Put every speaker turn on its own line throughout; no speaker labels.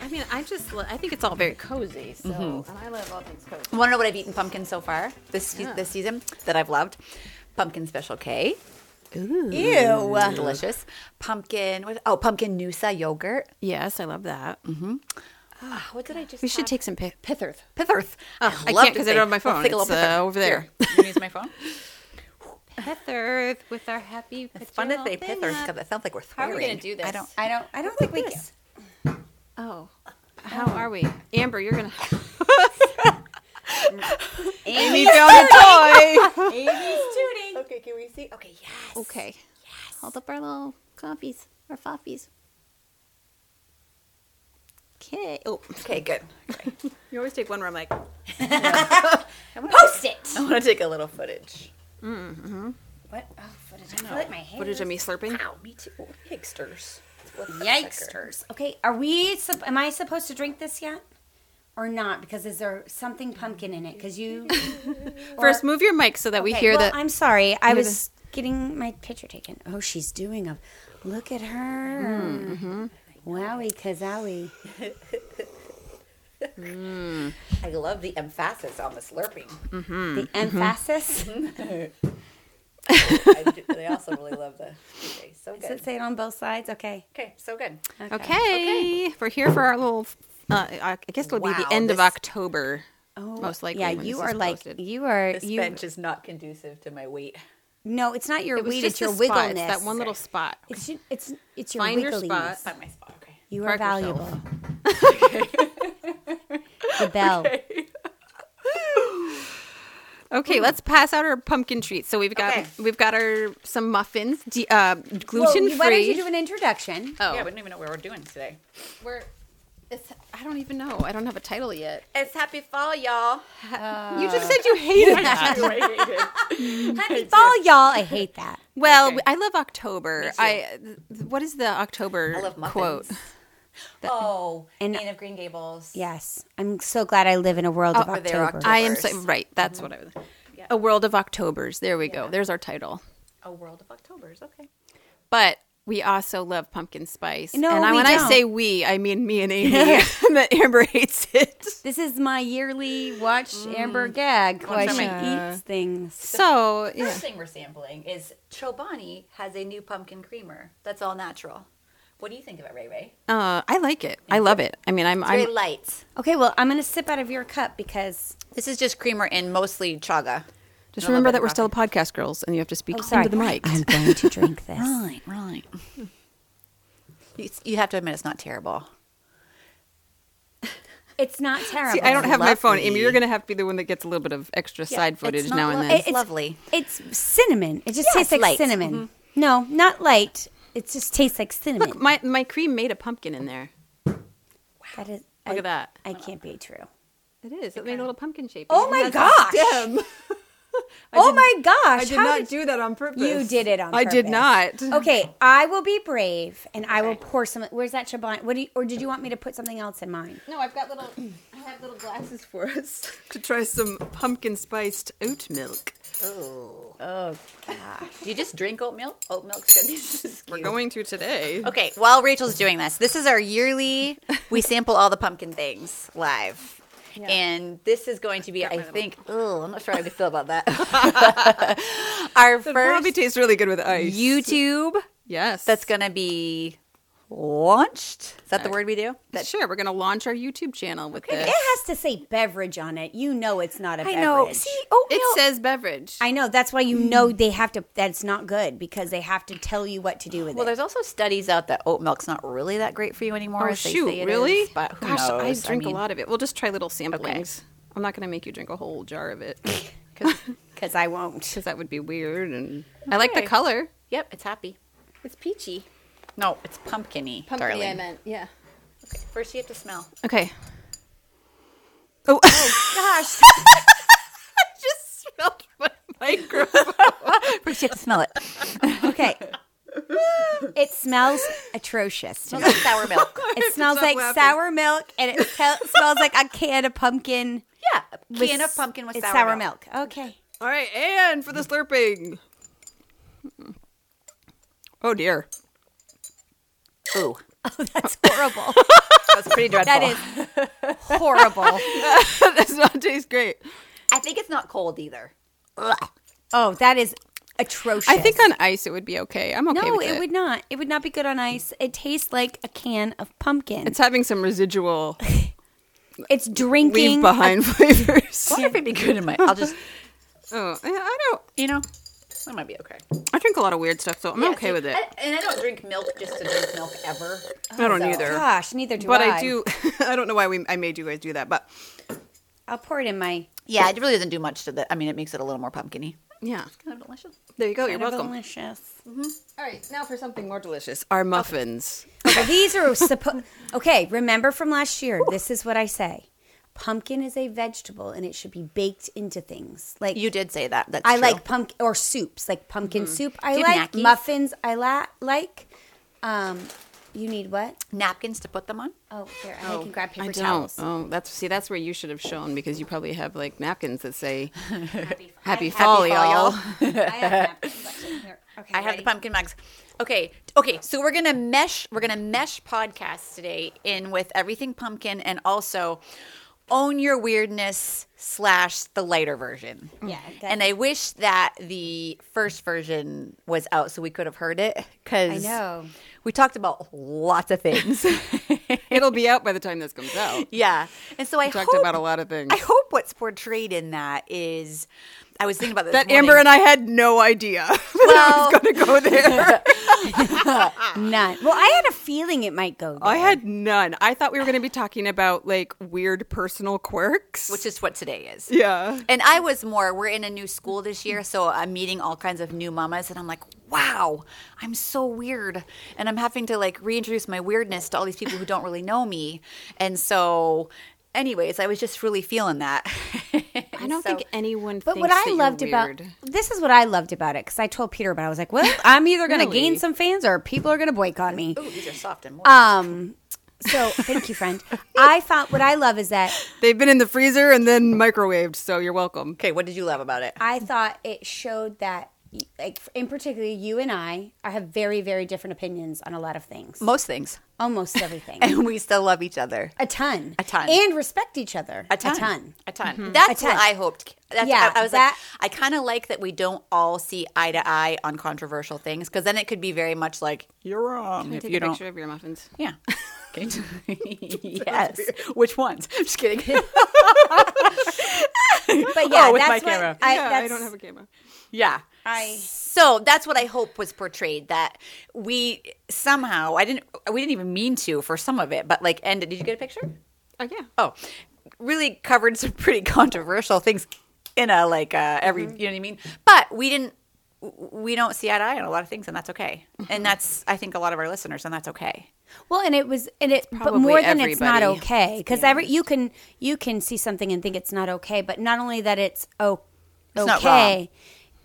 I mean, I just li- I think it's all very cozy. So, and I love all things cozy.
Want to know Mm-hmm. what I've eaten pumpkin so far this se-
Yeah.
this season that I've loved? Pumpkin special K.
Ooh.
Ew, delicious. Pumpkin. What, oh, pumpkin Noosa yogurt.
Yes, I love that.
Mm-hmm. Ah, what did I just?
We should
have?
take some pi- pithers.
Pitherth.
Oh, I
love
can't
to
'cause I
say-
don't have my
let's
phone.
take a little
It's,
pitherth.
uh, over there.
Here, you wanna use my phone.
Pithers with our happy.
It's fun to say pitherth because it sounds like we're
How
swearing.
are we gonna do
I
this?
don't. I don't. I don't think we can.
Oh, how are we, Amber? You're gonna.
Amy
found a toy.
Okay, can we see? Okay, yes.
okay. Yes. Hold up our little coffees, our foffies. Okay. Oh,
Okay, good.
you always take one where I'm like,
Post it.
I want to take a little footage.
What? Oh, footage. I feel like my hair.
footage of me slurping.
Ow, me too. Higsters.
Yikesters. Okay, are we? sup- Am I supposed to drink this yet, or not? Because is there something pumpkin in it? Because you
First, move your mic so that we
Okay,
hear
well,
that.
I'm sorry. I
hear
was getting my picture taken. Oh, she's doing a. Look at her.
Mm-hmm,
Wowie kazowie.
I love the emphasis on the slurping.
Hmm,
The
mm-hmm.
emphasis.
I, do- and I also really love the. Okay, so
Does
good.
it say it on both sides? Okay.
Okay, so good.
Okay. We're here for our little. Uh, I guess it'll be
Wow,
the end of
this-
October.
Oh,
most likely.
Yeah,
when
you
this
are
is
like
posted.
you are
This
you.
bench is not conducive to my weight.
No, it's not your
It was
weed.
just
It's your
a spot. It's
wiggleness.
that one little spot.
It's your- it's it's your
Find your
wiggliness.
spot.
my spot. Okay.
You are
Mark
valuable.
yourself.
the bell.
Okay, let's pass out our pumpkin treats. So we've got
Okay.
we've got our some muffins, de- uh,
Well,
gluten
Why don't you
free.
do an introduction?
oh,
Yeah, I wouldn't even know what we're doing today.
we're. It's, I don't even know. I don't have a title yet.
It's happy fall, y'all.
you just said you hated that.
Happy fall, y'all. I hate that.
Well,
Okay.
I love October. I th- what is the October
I love muffins.
quote?
Oh,
And-
Anne of Green Gables.
Yes, I'm so glad I live in a world of
Oh,
October.
they're October.
I am so,
Octobers.
right. That's what I was. A world of Octobers. There we go.
Yeah.
There's our title.
A world of Octobers. Okay.
But we also love pumpkin spice.
No,
and I,
we
when I
don't.
say we, I mean me and Amy. that Amber hates it.
This is my yearly watch
Mm.
Amber gag. Why
time
she
I-
eats things.
So yeah.
First thing we're sampling is Chobani has a new pumpkin creamer that's all natural. What do you think about Ray Ray?
Uh, I like it. I love it. I mean, I'm.
Very
I'm
light.
Okay, well, I'm gonna sip out of your cup because
This is just creamer and mostly chaga.
just
I love
remember
it
that we're
in
still a podcast girls, and you have to speak
Oh, sorry,
into the mic.
I'm going to drink this.
Right, right. You, you have to admit it's not terrible.
it's not terrible.
See, I don't have my phone,
Lovely.
Amy. You're gonna have to be the one that gets a little bit of extra side footage
it's not
now and
lo-
then.
It's lovely.
It's cinnamon. It just
Yeah, it's
tastes like
light.
cinnamon.
Mm-hmm.
No, not light. It just tastes like cinnamon.
Look, my my cream made a pumpkin in there.
that is,
Look
I-
at that.
I can't be true.
It is. It made a little pumpkin shape.
Oh my gosh! oh my gosh!
I did
how
not do that on purpose.
You did it on.
I did
purpose. Oh,
not.
Okay, I will be brave, and I will pour some. Where's that Chabon? What do you, or did you want me to put something else in mine?
No, I've got little. I have little glasses for us to try some pumpkin spiced oat milk.
Oh, Do you just drink oat milk? Oat milk's good. This is
We're
cute.
going to today.
Okay, while Rachel's doing this, this is our yearly. we sample all the pumpkin things live. And this is going to be, I think, oh, I'm not sure how I feel about that. our
Probably
first
tastes really good with ice.
YouTube
yes.
that's going to be launched. Is that the word we do? That,
sure. We're going to launch our YouTube channel with
It
this.
has to say beverage on it. You know it's not a
I
beverage.
know. See, oat milk.
It says beverage.
I know. That's why you know
Mm.
they have to. That's not good because they have to tell you what to do with
well,
it.
there's also studies out that oat milk's not really that great for you anymore.
oh
as they
shoot!
say it
really?
is, but who
Gosh, I
knows?
drink a
mean,
lot of it. We'll just try little samplings. I'm not going to make you drink a whole jar of it
Because I won't.
because that would be weird. And I like the
Okay.
color.
Yep, it's happy.
It's peachy.
No, it's pumpkiny, darling.
meant. Yeah.
First, you have to smell.
Okay. Oh,
Gosh,
just smelled my micro.
First, you have to smell it.
okay. It smells atrocious. to me.
smells like sour milk.
It smells like
laughing.
sour milk, and it te- smells like a can of pumpkin.
Yeah, a
with
can
s-
of pumpkin with
it's
sour, milk.
Okay.
All right, and for the slurping. Oh dear.
Ooh.
Oh, that's horrible.
That's pretty dreadful.
that is horrible.
that does not taste great.
I think it's not cold either.
Oh, that is atrocious.
I think on ice it would be okay. I'm okay
no,
with it.
it would not. It would not be good on ice. It tastes like a can of pumpkin.
It's
It's,
having some residual leave
drinking.
behind flavors.
I wonder if it'd be good in my. I'll just,
Oh, I- I don't.
you know, that might be okay.
I drink a lot of weird stuff, so I'm okay with it.
I, and I don't drink milk just to drink milk ever.
I don't
so-
either.
Oh, Gosh, neither do
But
I.
I do. I don't know why we. I made you guys do that, but
I'll pour it in my.
Yeah, it really doesn't do much to the. I mean, it makes it a little more pumpkiny.
yeah.
Kind of Oh, delicious.
There you go. You're
Kind of
welcome.
Delicious.
All right, now for something more delicious. Our muffins.
Okay, these are supposed. Okay, remember from last year. This is what I say: pumpkin is a vegetable, and it should be baked into things. Like
You did say that. That's
I
true.
like pumpkin or soups, like pumpkin soup. I
Do you have
like
napkins?
muffins. I la- like. Um, you need what?
napkins to put them on.
Oh, here I can grab paper
I don't.
towels.
Oh, that's see. That's where you should have shown because you probably have like napkins that say
Happy,
"Happy Fall, Oh, y'all."
I have napkins. actually. Here, Okay,
I have
ready?
the pumpkin mugs. Okay, okay. So we're gonna mesh. We're gonna mesh podcasts today in with everything pumpkin and also own your weirdness slash the lighter version. Mm.
Yeah, that-
and I wish that the first version was out so we could have heard it because
I know.
we talked about lots of things.
It'll be out by the time this comes out.
yeah, and so I
We talked
hope-
about a lot of things.
I hope what's portrayed in that is. I was thinking about this
that Amber and I had no idea that I was going to go there.
None. Well, I had a feeling it might go. There.
I had none. I thought we were going to be talking about like weird personal quirks.
which is what today is.
yeah.
And I was more, we're in a new school this year, so I'm meeting all kinds of new mamas, and I'm like, wow, I'm so weird. And I'm having to like reintroduce my weirdness to all these people who don't really know me. And so, anyways, I was just really feeling that.
I don't think anyone.
But what I loved about this is what I loved about it because I told Peter about it. I was like, well, I'm either going to
Really?
gain some fans or people are going to boycott me.
Ooh, these are soft and moist.
Um, so thank you, friend. I found what I love is that
they've been in the freezer and then microwaved, so you're welcome.
okay, what did you love about it?
I thought it showed that, like in particular, you and I, I have very, very different opinions on a lot of things,
Most things.
almost everything,
And we still love each other.
a ton,
A ton.
and respect each other,
A ton.
a ton.
Mm-hmm. A ton. That's
A ton.
what I hoped. That's,
Yeah,
I, I was
that-
like, I kind of like that we don't all see eye to eye on controversial things because then it could be very much like, you're wrong if
Take
you
a
don't.
picture of your muffins.
Yeah. Okay. yes. Which ones? I'm just kidding.
But yeah,
Oh, with
that's
my
what
camera.
I,
yeah,
that's,
I don't have a camera.
yeah.
I-
So that's what I hope was portrayed that we somehow I didn't we didn't even mean to for some of it, but like ended. Did you get a picture?
Oh yeah.
Oh, really covered some pretty controversial things in a like uh, every you know what I mean. But we didn't. We don't see eye to eye on a lot of things, and that's okay. And that's I think a lot of our listeners, and that's okay.
Well, and it was, and it, but
probably
more than it's not
everybody.
okay because every you can you can see something and think it's not okay, but not only that it's o-
It's not
okay,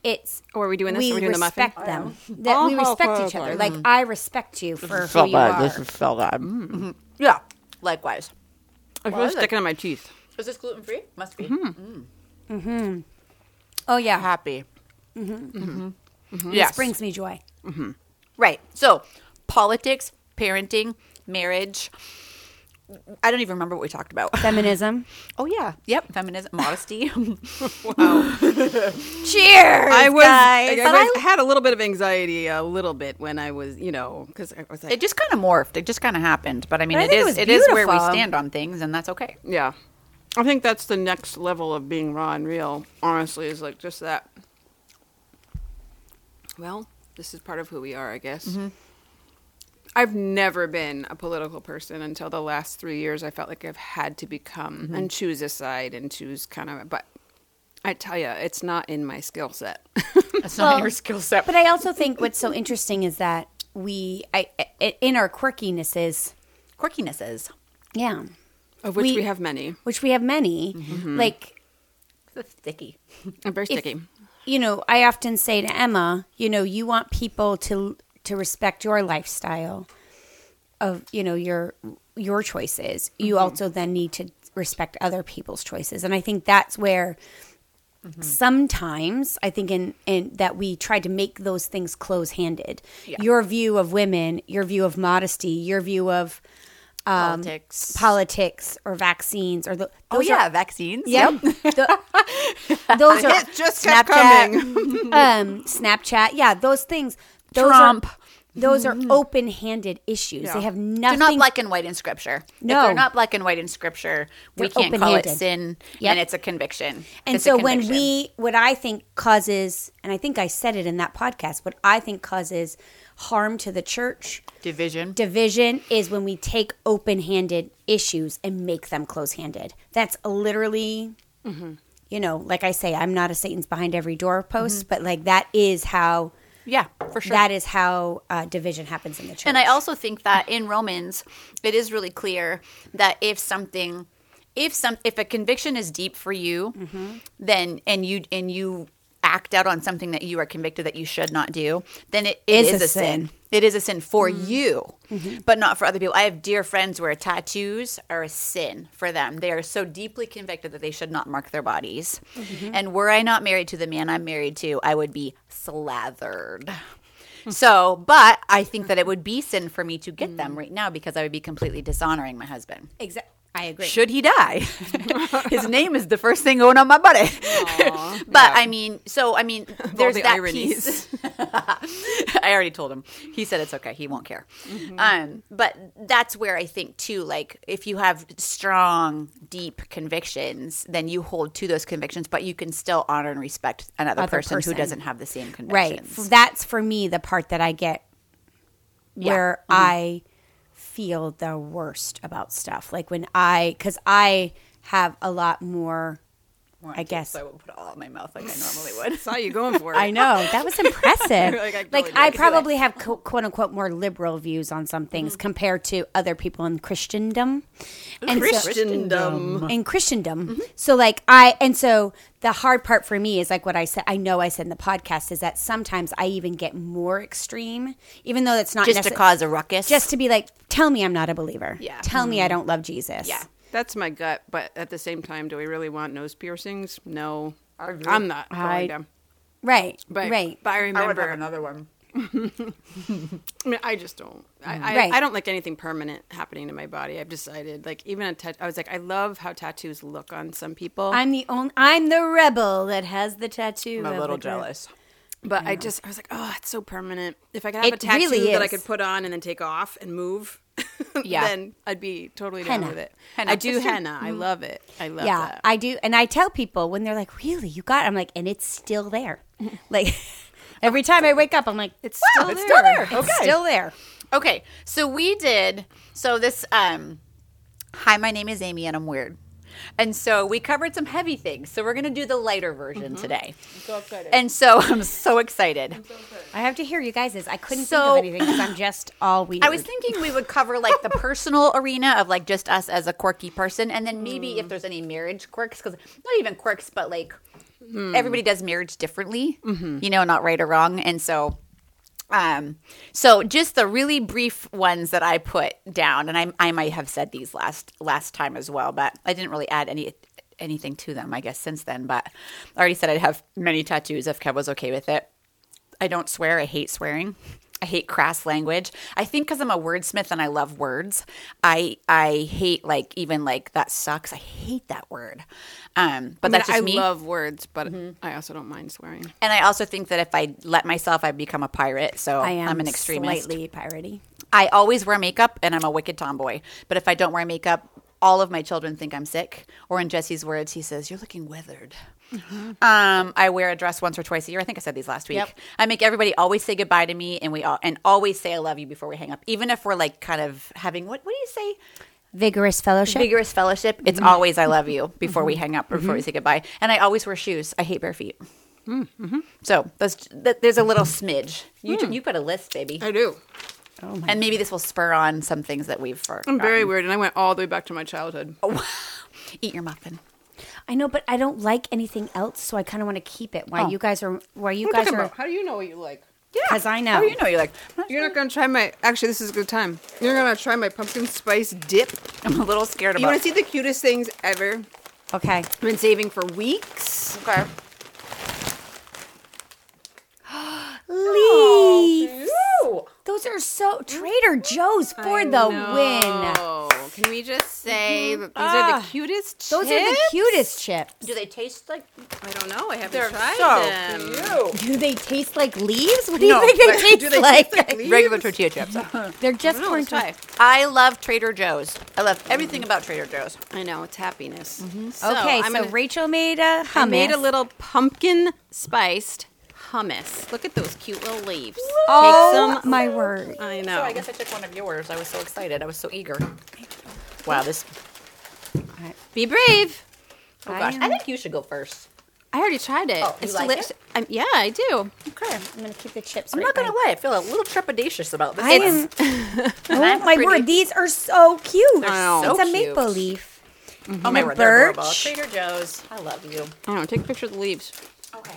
it's
Oh, are we doing this?
We
Are we doing the muffin?
respect them. That we
Oh,
respect each other. Like I respect you for who you are.
so bad. Mm. Yeah. Likewise.
I feel
Well,
sticking on my teeth.
Is this gluten free? Must be.
oh yeah,
Mm-hmm. Happy. Mm-hmm. Yes.
this brings me joy.
right. So, politics, parenting, marriage. I don't even remember what we talked about.
Feminism.
Oh yeah. Yep. Feminism, modesty.
Cheers.
I was.
guys.
I,
But
was-
I-
had a little bit of anxiety, a little bit when I was, you know, because I was like,
it just kind of morphed. It just kind of happened. But I mean,
But I
it
think it
is
was
it is where we
beautiful.
stand on things, and that's okay.
yeah. I think that's the next level of being raw and real. Honestly, is like just that. Well, this is part of who we are, I guess. I've never been a political person until the last three years. I felt like I've had to become and choose a side and choose kind of. But I tell you, it's not in my skill set.
That's not
Well,
your skill set.
But I also think what's so interesting is that we, I, I, in our quirkinesses,
Quirkinesses.
yeah,
Of which we,
We-
have many.
which we have many,
Mm-hmm.
like
That's sticky.
I'm very
if-
sticky.
You know, I often say to Emma, you know, you want people to to respect your lifestyle of, you know, your your
Mm-hmm.
choices. You also then need to respect other people's choices. And I think that's where
Mm-hmm.
sometimes I think in, in that we try to make those things close handed.
Yeah.
Your view of women, your view of modesty, your view of um,
Politics.
politics or vaccines or the
Oh
those
yeah,
are,
vaccines.
yep. The- those are
It just kept
Snapchat.
coming.
um, Snapchat. Yeah, those things. Those
Trump.
Are, those are
Mm-hmm.
open-handed issues. They have
They're
nothing.
not black and white in scripture.
No.
if they're not black and white in scripture. we
They're
can't call it
open-handed.
sin,
Yep.
and it's a conviction.
and
It's a
so when
conviction.
we, what I think causes, and I think I said it in that podcast, what I think causes harm to the church
division,
division is when we take open-handed issues and make them close-handed. That's literally,
Mm-hmm.
you know, like I say, I'm not a Satan's behind every door
Mm-hmm.
post, but like that is how
yeah, for sure.
that is how uh, division happens in the church.
And I also think that in Romans, it is really clear that if something, if some, if a conviction is deep for you, then and you and you act out on something that you are convicted that you should not do, then it, it is, a, sin. Mm-hmm. It is a sin for you, but not for other people. I have dear friends where tattoos are a sin for them. They are so deeply convicted that they should not mark their bodies. And were I not married to the man I'm married to, I would be slathered. Hmm. So, but I think that it would be sin for me to get them right now because I would be completely dishonoring my husband.
Exa- I agree.
Should he die? His name is the first thing going on my body. but I mean, so I mean, there's
the
that
ironies.
piece. I already told him. He said it's okay. He won't care. Um, but that's where I think too. Like, if you have strong, deep convictions, then you hold to those convictions, but you can still honor and respect another
Other
person,
person.
who doesn't have the same
right
convictions.
F- that's for me the part that i get where
Mm-hmm.
i feel the worst about stuff like when i because i have a lot more
More
I guess.
So I won't put it all in my mouth like I normally would.
Saw you going for it.
i know that was impressive
Like, I
like,
really
i
like
probably have co- quote unquote more liberal views on some things
Mm-hmm.
compared to other people in christendom and so-
Christendom.
in Christendom. So like I and so the hard part for me is like what I said I know I said in the podcast is that sometimes I even get more extreme even though that's not
just to
necess-
cause a ruckus.
just to be like tell me I'm not a believer.
Yeah. Mm-hmm.
Tell me I don't love Jesus.
Yeah.
That's my gut, but at the same time, do we really want nose piercings? No, I'm not going
I-
down.
Right.
But,
right.
but I remember. I,
another one.
mean, I just don't. I, I,
Right.
I don't like anything permanent happening to my body. I've decided, like even a tat- I was like, I love how tattoos look on some people.
I'm the only I'm the rebel that has the tattoo.
I'm
of
a little
the girl.
jealous.
But I, just, I was like, oh, it's so permanent. If I could have
It
a tattoo
really
that I
is.
could put on and then take off and move,
Yeah.
then I'd be totally down
Henna.
with it.
Henna.
I do
It's true.
henna. I love it. I love
Yeah,
that.
I do and I tell people when they're like, "Really? You got it?" I'm like, "And it's still there." like every time I wake up, I'm like, "It's still
it's
there.
still there.
It's still there."
Okay, so we did. So this. um Hi, my name is Amy, and I'm weird. And so we covered some heavy things. So we're gonna do the lighter version today.
so excited.
And so I'm so excited.
I have to hear you guys' is. I couldn't
So-
think of anything because I'm just all weird.
I was thinking we would cover like the personal arena of like just us as a quirky person, and then maybe if there's any marriage quirks, because not even quirks, but like everybody does marriage differently, you know, not right or wrong, and so. Um, so just the really brief ones that I put down, and I, I might have said these last last time as well, but I didn't really add any anything to them, I guess, since then. But I already said I'd have many tattoos if Kev was okay with it. I don't swear. I hate swearing. I hate crass language. I think because I'm a wordsmith and I love words, I I hate like even like that sucks. I hate that word. Um,
I
but
mean,
that's just
I
me.
love words, but I also don't mind swearing.
and I also think that if I let myself, I become a pirate. So
I am
I'm an extremist.
Slightly piratey.
I always wear makeup and I'm a wicked tomboy. But if I don't wear makeup, all of my children think I'm sick. Or in Jesse's words, he says, You're looking withered. Um, I wear a dress once or twice a year. I think I said these last week. I make everybody always say goodbye to me and we all and always say I love you before we hang up. Even if we're like kind of having what what do you say?
Vigorous fellowship.
Vigorous fellowship. It's always I love you before we hang up or before we say goodbye. And I always wear shoes. I hate bare feet. So that's, that, there's a little smidge. You t- you put a list, baby.
I do.
oh my.
And maybe this will spur on some things that we've forgotten.
I'm very weird, and I went all the way back to my childhood.
Oh, Eat your muffin.
I know, but I don't like anything else, so I kind of want to keep it. While
Oh.
you guys are, while you
What
guys
talking
are,
about? How do you know what you like?
because I Oh, know.
How do you know you're like?
You're not gonna try my. Actually, this is a good time. You're gonna try my pumpkin spice dip.
I'm a little scared
You want
about.
to see the cutest things ever?
Okay,
I've been saving for weeks.
Okay.
Those are so Trader Joe's for the win.
know. Oh, Can we just say
Oh,
that these are
Ah.
the cutest chips?
Those are the cutest chips.
Do they taste like
I don't know. I haven't tried them.
Do they taste like leaves? What do you
No,
think they
but
taste
do they
like?
regular tortilla chips?
They're just
No,
corn
let's try.
chips.
I love Trader Joe's. I love everything about Trader Joe's.
I know it's happiness. So,
Okay, so,
I'm gonna-
Rachel made a hummus.
I made a little pumpkin spiced hummus. Look at those cute little leaves.
Oh
Take some.
my word!
I know.
So I guess I took one of yours. I was so excited. I was so eager. Wow, this.
Be brave.
Oh gosh, I think you should go first.
I already tried it.
Oh, you
it's
like
delicious.
it?
I'm- yeah, I do.
Okay.
I'm gonna keep the chips.
I'm
right
not gonna
by-
lie. I feel a little trepidatious about this.
I
one.
am.
I'm
oh my
pretty-
word! These are so cute.
know.
it's
so
a maple
cute.
leaf.
Oh my
the
word, they're adorable.
birch.
Trader Joe's. I love you.
I know. Take a picture of the leaves.
Okay.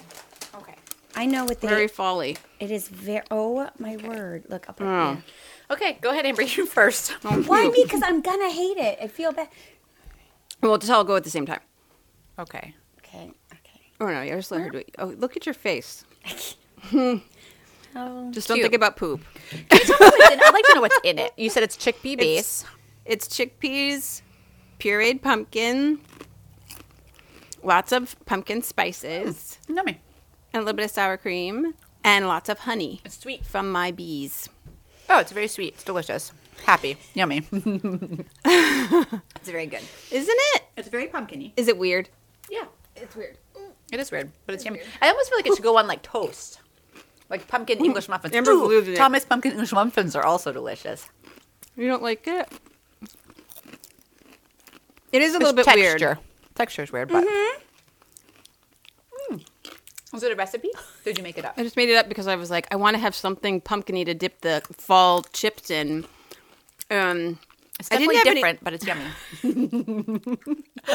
Okay.
I know what they.
Very folly.
it is very. Oh my word! Look up.
Oh.
there.
Okay, go ahead, Amber. You first.
Why me? Because I'm gonna hate it. I feel bad.
We'll just all go at the same time.
Okay.
Okay. Okay.
Oh no, yeah, just let her do it. Oh, look at your face.
Oh.
Just don't
Cute.
think about poop.
I'd like to know what's in it. You said it's chickpea base.
It's chickpeas, pureed pumpkin, lots of pumpkin spices,
Yummy.
and a little bit of sour cream, and lots of honey
It's sweet.
from my bees.
Oh, it's very sweet. It's delicious. Happy. Yummy. it's very good.
Isn't it?
It's very pumpkiny.
Is it weird?
Yeah.
It's weird.
It is weird, but it's, yummy. I almost feel like it should go on like toast. Like pumpkin English muffins.
Amber
Ooh,
losing it.
Thomas pumpkin English muffins are also delicious.
You don't like it? It is a little bit weird.
Texture is weird, but. Mm-hmm. Mm. Was it a recipe? Did you make it up?
I just made it up because I was like, I want to have something pumpkiny to dip the fall chips in. Um,
It's
I didn't
definitely
have any-
different, but it's yummy.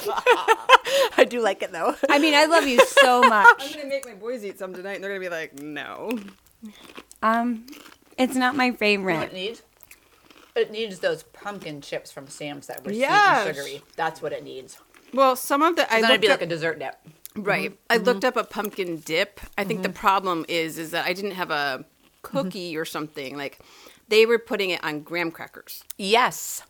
I do like it though.
I mean, I love you so much.
gonna make my boys eat some tonight, and they're gonna be like, "No."
Um, it's not my
It
favorite.
needs. It needs those pumpkin chips from Sam's that were
Yes.
sweet and sugary. That's what it needs.
Well, some of the I
Then
looked
it'd be
up,
like a dessert dip. Mm-hmm.
right. I looked up a pumpkin dip. I think the problem is is that I didn't have a
Mm-hmm.
cookie or something. Like they were putting it on graham crackers
Yes.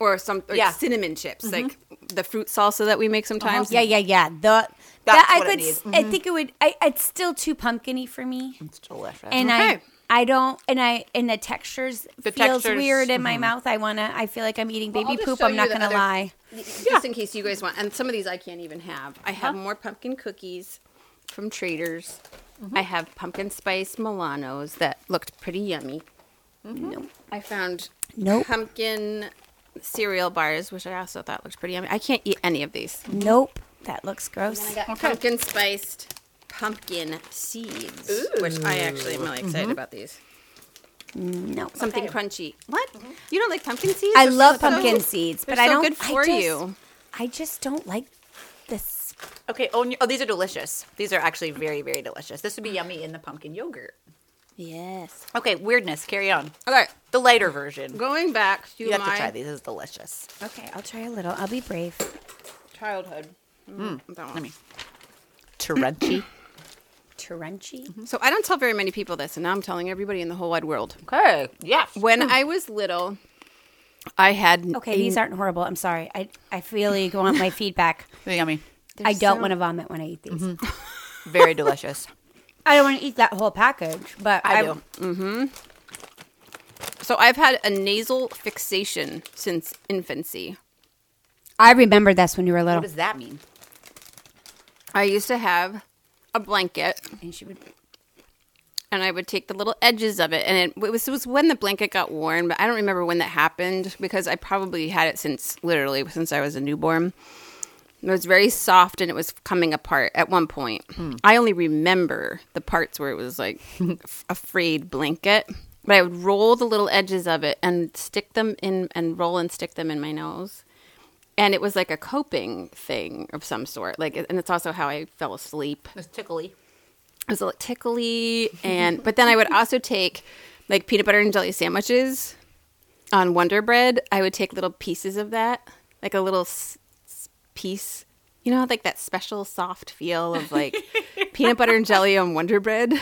or some like
Yeah. Mm-hmm.
cinnamon chips, like the fruit salsa that we make sometimes.
Uh-huh.
Yeah, yeah, yeah. The
That's
that I
what it
could.
needs.
s- I think it would. I, it's still too pumpkiny for me.
It's delicious.
and
Okay.
I I don't and I and the textures
The
feels
textures-
weird in my mouth. I wanna I feel like I'm eating
I'll
baby
just
poop.
show
I'm not
you the
gonna
other-
lie.
Just in case you guys want, and some of these I can't even have. I have
Uh-huh.
more pumpkin cookies from Trader's.
Mm-hmm.
I have pumpkin spice Milanos that looked pretty yummy. I found
Mm-hmm. Nope.
pumpkin cereal bars, which I also thought looked pretty yummy. I can't eat any of these.
Nope, that looks
I
gross.
got pumpkin spiced pumpkin seeds, which I actually am really
Mm-hmm.
excited about these.
No,
Something crunchy. What? You don't like pumpkin seeds?
I
They're so
love
good.
pumpkin seeds,
They're
but I
so
don't.
good
I
for
just-
you.
I just don't like this.
okay. Oh, and- oh, these are delicious. These are actually very, very delicious. This would be yummy in the pumpkin yogurt.
Yes.
Okay. Weirdness. Carry on.
Okay.
The lighter version.
Going back to
you have
my
to try these. This is delicious.
Okay, I'll try a little. I'll be brave.
childhood. Mm, that one.
Hmm. Let me. Torrenty.
Crunchy.
So I don't tell very many people this, and now I'm telling everybody in the whole wide world.
okay. Yes.
When I was little, I had
Okay, these aren't horrible. I'm sorry. I I really want my feedback.
They're yummy.
I don't
so-
want to vomit when I eat these.
Very delicious.
I don't want to eat that whole package, but
I do.
so I've had a nasal fixation since infancy.
I remember this when you were
What
little,
does that mean?
I used to have a blanket,
and she would.
and I would take the little edges of it, and it, it was it was when the blanket got worn, but I don't remember when that happened because I probably had it since literally since I was a newborn. It was very soft and it was coming apart at one point. I only remember the parts where it was like f- a frayed blanket, but I would roll the little edges of it and stick them in and roll and stick them in my nose. And it was like a coping thing of some sort. Like, and it's also how I fell asleep
It's tickly.
it was a little tickly and but then i would also take like peanut butter and jelly sandwiches on wonder bread i would take little pieces of that like a little s- s- piece you know like that special soft feel of like peanut butter and jelly on wonder bread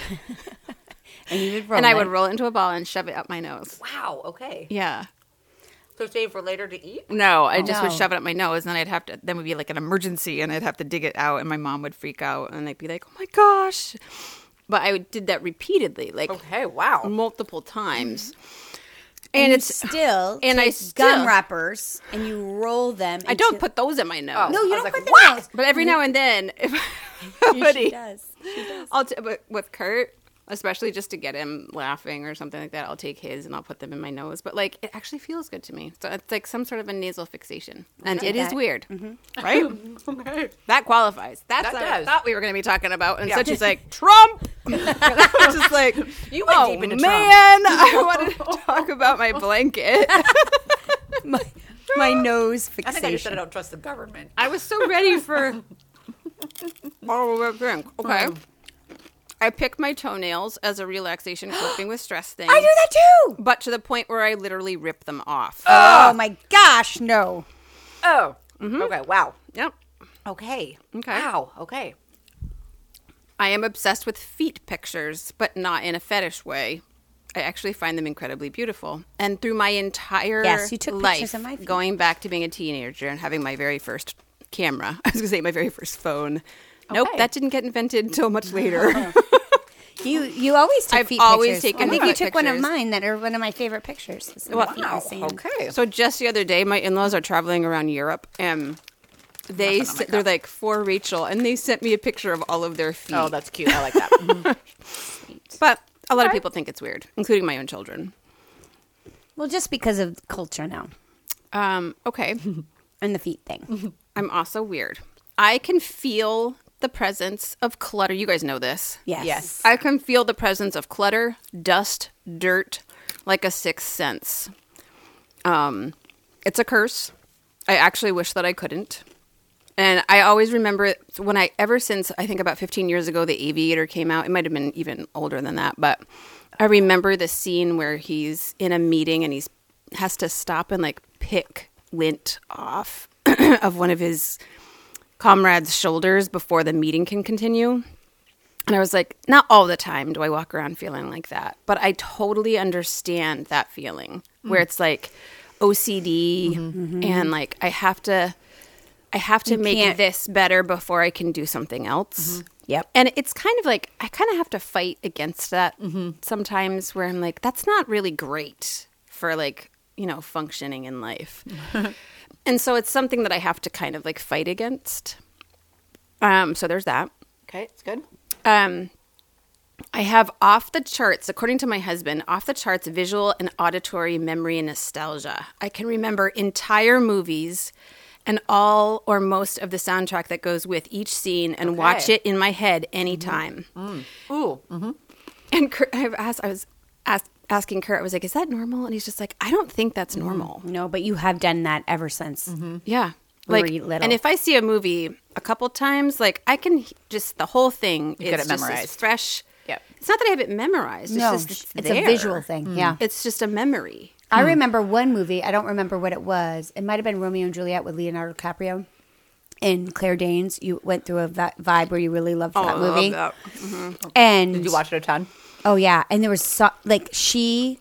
And you would roll
and I would
it.
roll it into a ball and shove it up my nose.
Wow. Okay.
Yeah.
So it's made for later to eat.
No, I just would
No.
shove it up my nose, and I'd have to. Then would be like an emergency, and I'd have to dig it out, and my mom would freak out, and I'd be like, "Oh my gosh!" But I did that repeatedly, like
Okay. Wow.
multiple times,
and
Mm-hmm.
and
it's
it's.
still
and I
take gum
still-
wrappers and you roll them.
I don't put those in
Oh.
my nose.
No, you
I was
don't
like,
put them.
"What?"
out.
But every now and then, if
Yeah, she
somebody,
does.
I'll t- but with Kurt, especially just to get him laughing or something like that, I'll take his and I'll put them in my nose. But like, it actually feels good to me. So it's like some sort of a nasal fixation, and
did
it is
that.
weird,
Right.
right? That qualifies. That's
Mm-hmm. That
what I
does.
thought we were going to be talking about. And
Yeah.
so she's like, Trump. It's just like,
You went
oh,
deep into
man,
Trump.
I wanted to talk about my blanket.
My, my nose
I think I just said I
fixation.
don't trust the government.
I was so ready for all of drink. Okay.
Mm.
I pick my toenails as a relaxation coping with stress thing.
I do that too.
But to the point where I literally rip them off.
Oh my gosh, no.
Oh. Okay. Wow.
Yep.
Okay.
Okay.
Wow. Okay.
I am obsessed with feet pictures, but not in a fetish way. I actually find them incredibly beautiful. And through my entire
Yes, you took
life,
pictures of my feet.
going back to being a teenager and having my very first camera, I was going to say my very first phone. Nope,
Okay.
that didn't get invented until much
Oh.
later.
You you always took
I've
feet
always
pictures.
taken
I think you
foot
took one of
pictures.
mine that are one of my favorite pictures. is my
Well,
feet in the
Wow.
sand.
Okay.
So just the other day, my in-laws are traveling around Europe, and they s- they're like for Rachel, and they sent me a picture of all of their feet.
Oh, that's cute. I like that.
but a lot of people think it's weird, including my own children.
Well, just because of culture now
Um, okay,
and the feet thing.
I'm also weird. I can feel the presence of clutter. You guys know this.
Yes.
Yes.
I can feel the presence of clutter, dust, dirt, like a sixth sense. Um, it's a curse. I actually wish that I couldn't. And I always remember it- when I, ever since I think about 15 years ago, The Aviator came out. It might have been even older than that, but I remember the scene where he's in a meeting and he's has to stop and like pick lint off of one of his comrade's shoulders before the meeting can continue. And I was like, not all the time do I walk around feeling like that, but I totally understand that feeling
Mm.
where it's like OCD and like I have to I have to make
Mm-hmm. can't- Mm-hmm.
this better before I can do something else.
Yep.
And it's kind of like I kind of have to fight against that
Mm-hmm.
sometimes where I'm like that's not really great for like, you know, functioning in life. and so it's something that I have to kind of like fight against. Um so there's that.
okay. It's good.
Um, I have off the charts, according to my husband, off the charts visual and auditory memory and nostalgia. I can remember entire movies and all or most of the soundtrack that goes with each scene and watch it in my head anytime.
Ooh.
And Kurt, I've asked, I was asked, asking Kurt, I was like, is that normal? And he's just like, I don't think that's normal.
No, but you have done that ever since.
Yeah.
Very
Like,
little.
and if I see a movie a couple times, like I can h- just the whole thing
get
is
it
just as
memorized.
fresh.
Yep.
It's not that I have it memorized.
No,
it's just
sh- it's a visual thing, Mm. yeah.
it's just a memory.
Hmm.
I remember one movie. I don't remember what it was. It might have been Romeo and Juliet with Leonardo DiCaprio and Claire Danes. You went through a vi- vibe where you really
Oh,
loved that movie. And
Did you watch it a ton?
Oh yeah, and there was so, like she,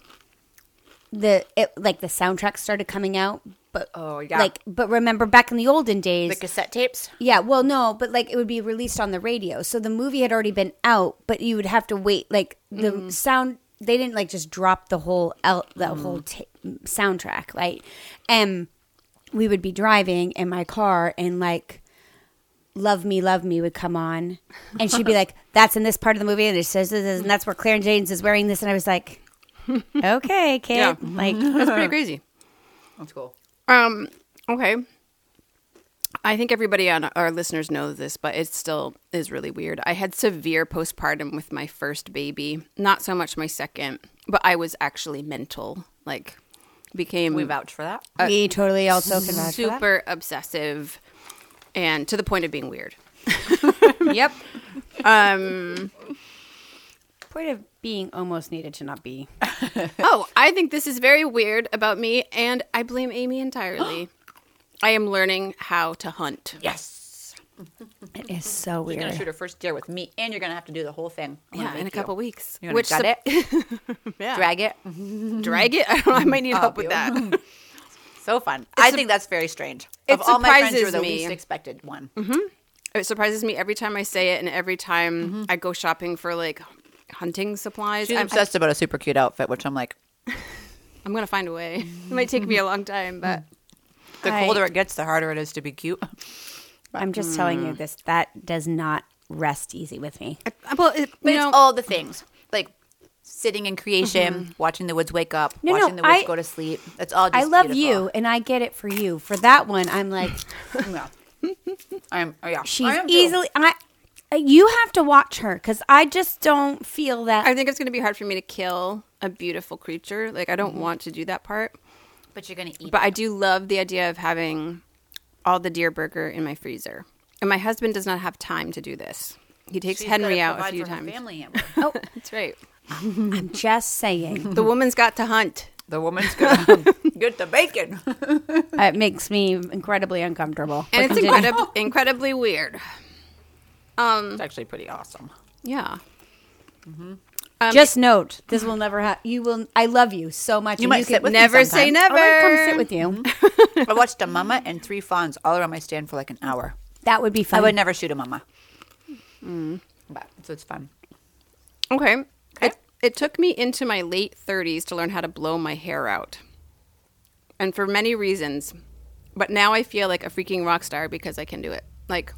the it, like the soundtrack started coming out, but
Oh, yeah.
like but remember back in the olden days,
The cassette tapes.
yeah, well no, but like it would be released on the radio, so the movie had already been out, but you would have to wait like the sound. They didn't like just drop the whole el- the whole ta soundtrack, right? And we would be driving in my car, and like Love Me, Love Me would come on. And she'd be like, That's in this part of the movie. And it says this, this, and that's where Clarence James is wearing this. And I was like, Okay, kid.
Yeah.
Like,
That's pretty crazy.
That's cool.
Um. Okay. I think everybody on our listeners knows this, but it still is really weird. I had severe postpartum with my first baby, not so much my second, but I was actually mental. Like, became
We vouch for that.
we totally also can vouch for that.
super obsessive and to the point of being weird.
Yep. Um, Point of being almost needed to not be.
oh, I think this is very weird about me, and I blame Amy entirely. I am learning how to hunt.
Yes.
It is so
You're gonna
weird.
shoot her first deer with me, and you're gonna have to do the whole thing. I'm gonna
yeah, in a
make
couple
you.
weeks.
You're gonna gut
sup-
it,
yeah.
drag it.
mm-hmm.
drag it. I don't know. I might need help with
you.
that.
So fun. I
su-
think that's very strange.
it
of all my friends, you're
surprises
the
me.
least expected one. Mm-hmm.
it surprises me every time I say it, and every time I go shopping for like hunting supplies.
She's
I'm,
obsessed about a super cute outfit, which I'm like,
I'm gonna find a way.
Mm-hmm.
It might take me a long time, but
the
I-
colder it gets, the harder it is to be cute.
I'm just telling
mm.
you this. That does not rest easy with me.
I- well, it,
But
you
it's
know,
all the things like sitting in creation, watching the woods wake up,
No, no,
watching the woods
I-
go to sleep. It's all. Just
I love
beautiful.
you, and I get it for you. For that one, I'm like
Yeah. I'm. oh, yeah.
she's
I am too.
easily. I uh, you have to watch her because I just don't feel that.
I think it's gonna be hard for me to kill a beautiful creature. Like I don't
Mm-hmm.
want to do that part,
But you're gonna eat.
but I do love the idea of having all the deer burger in my freezer. And my husband does not have time to do this. He takes
She's gotta
Henry out a
provide
few
for her
times.
Family at work.
oh,
That's right.
I'm just saying.
The woman's got to hunt.
the woman's gonna get the bacon.
Uh, it makes me incredibly uncomfortable.
And
But
it's
continue.
incredibly incredibly weird.
it's actually pretty awesome.
Yeah.
um,
Just note, this will never happen. You will. I love you so much.
You
and
might sit
can-
with me Mm-hmm.
Never say
sometime.
never.
All right, come sit with you.
I watched a mama and three fawns all around my stand for like an hour.
That would be fun.
I would never shoot a mama. But so it's fun.
Okay. It, it took me into my late 30s to learn how to blow my hair out. And for many reasons. But now I feel like a freaking rock star because I can do it. Like,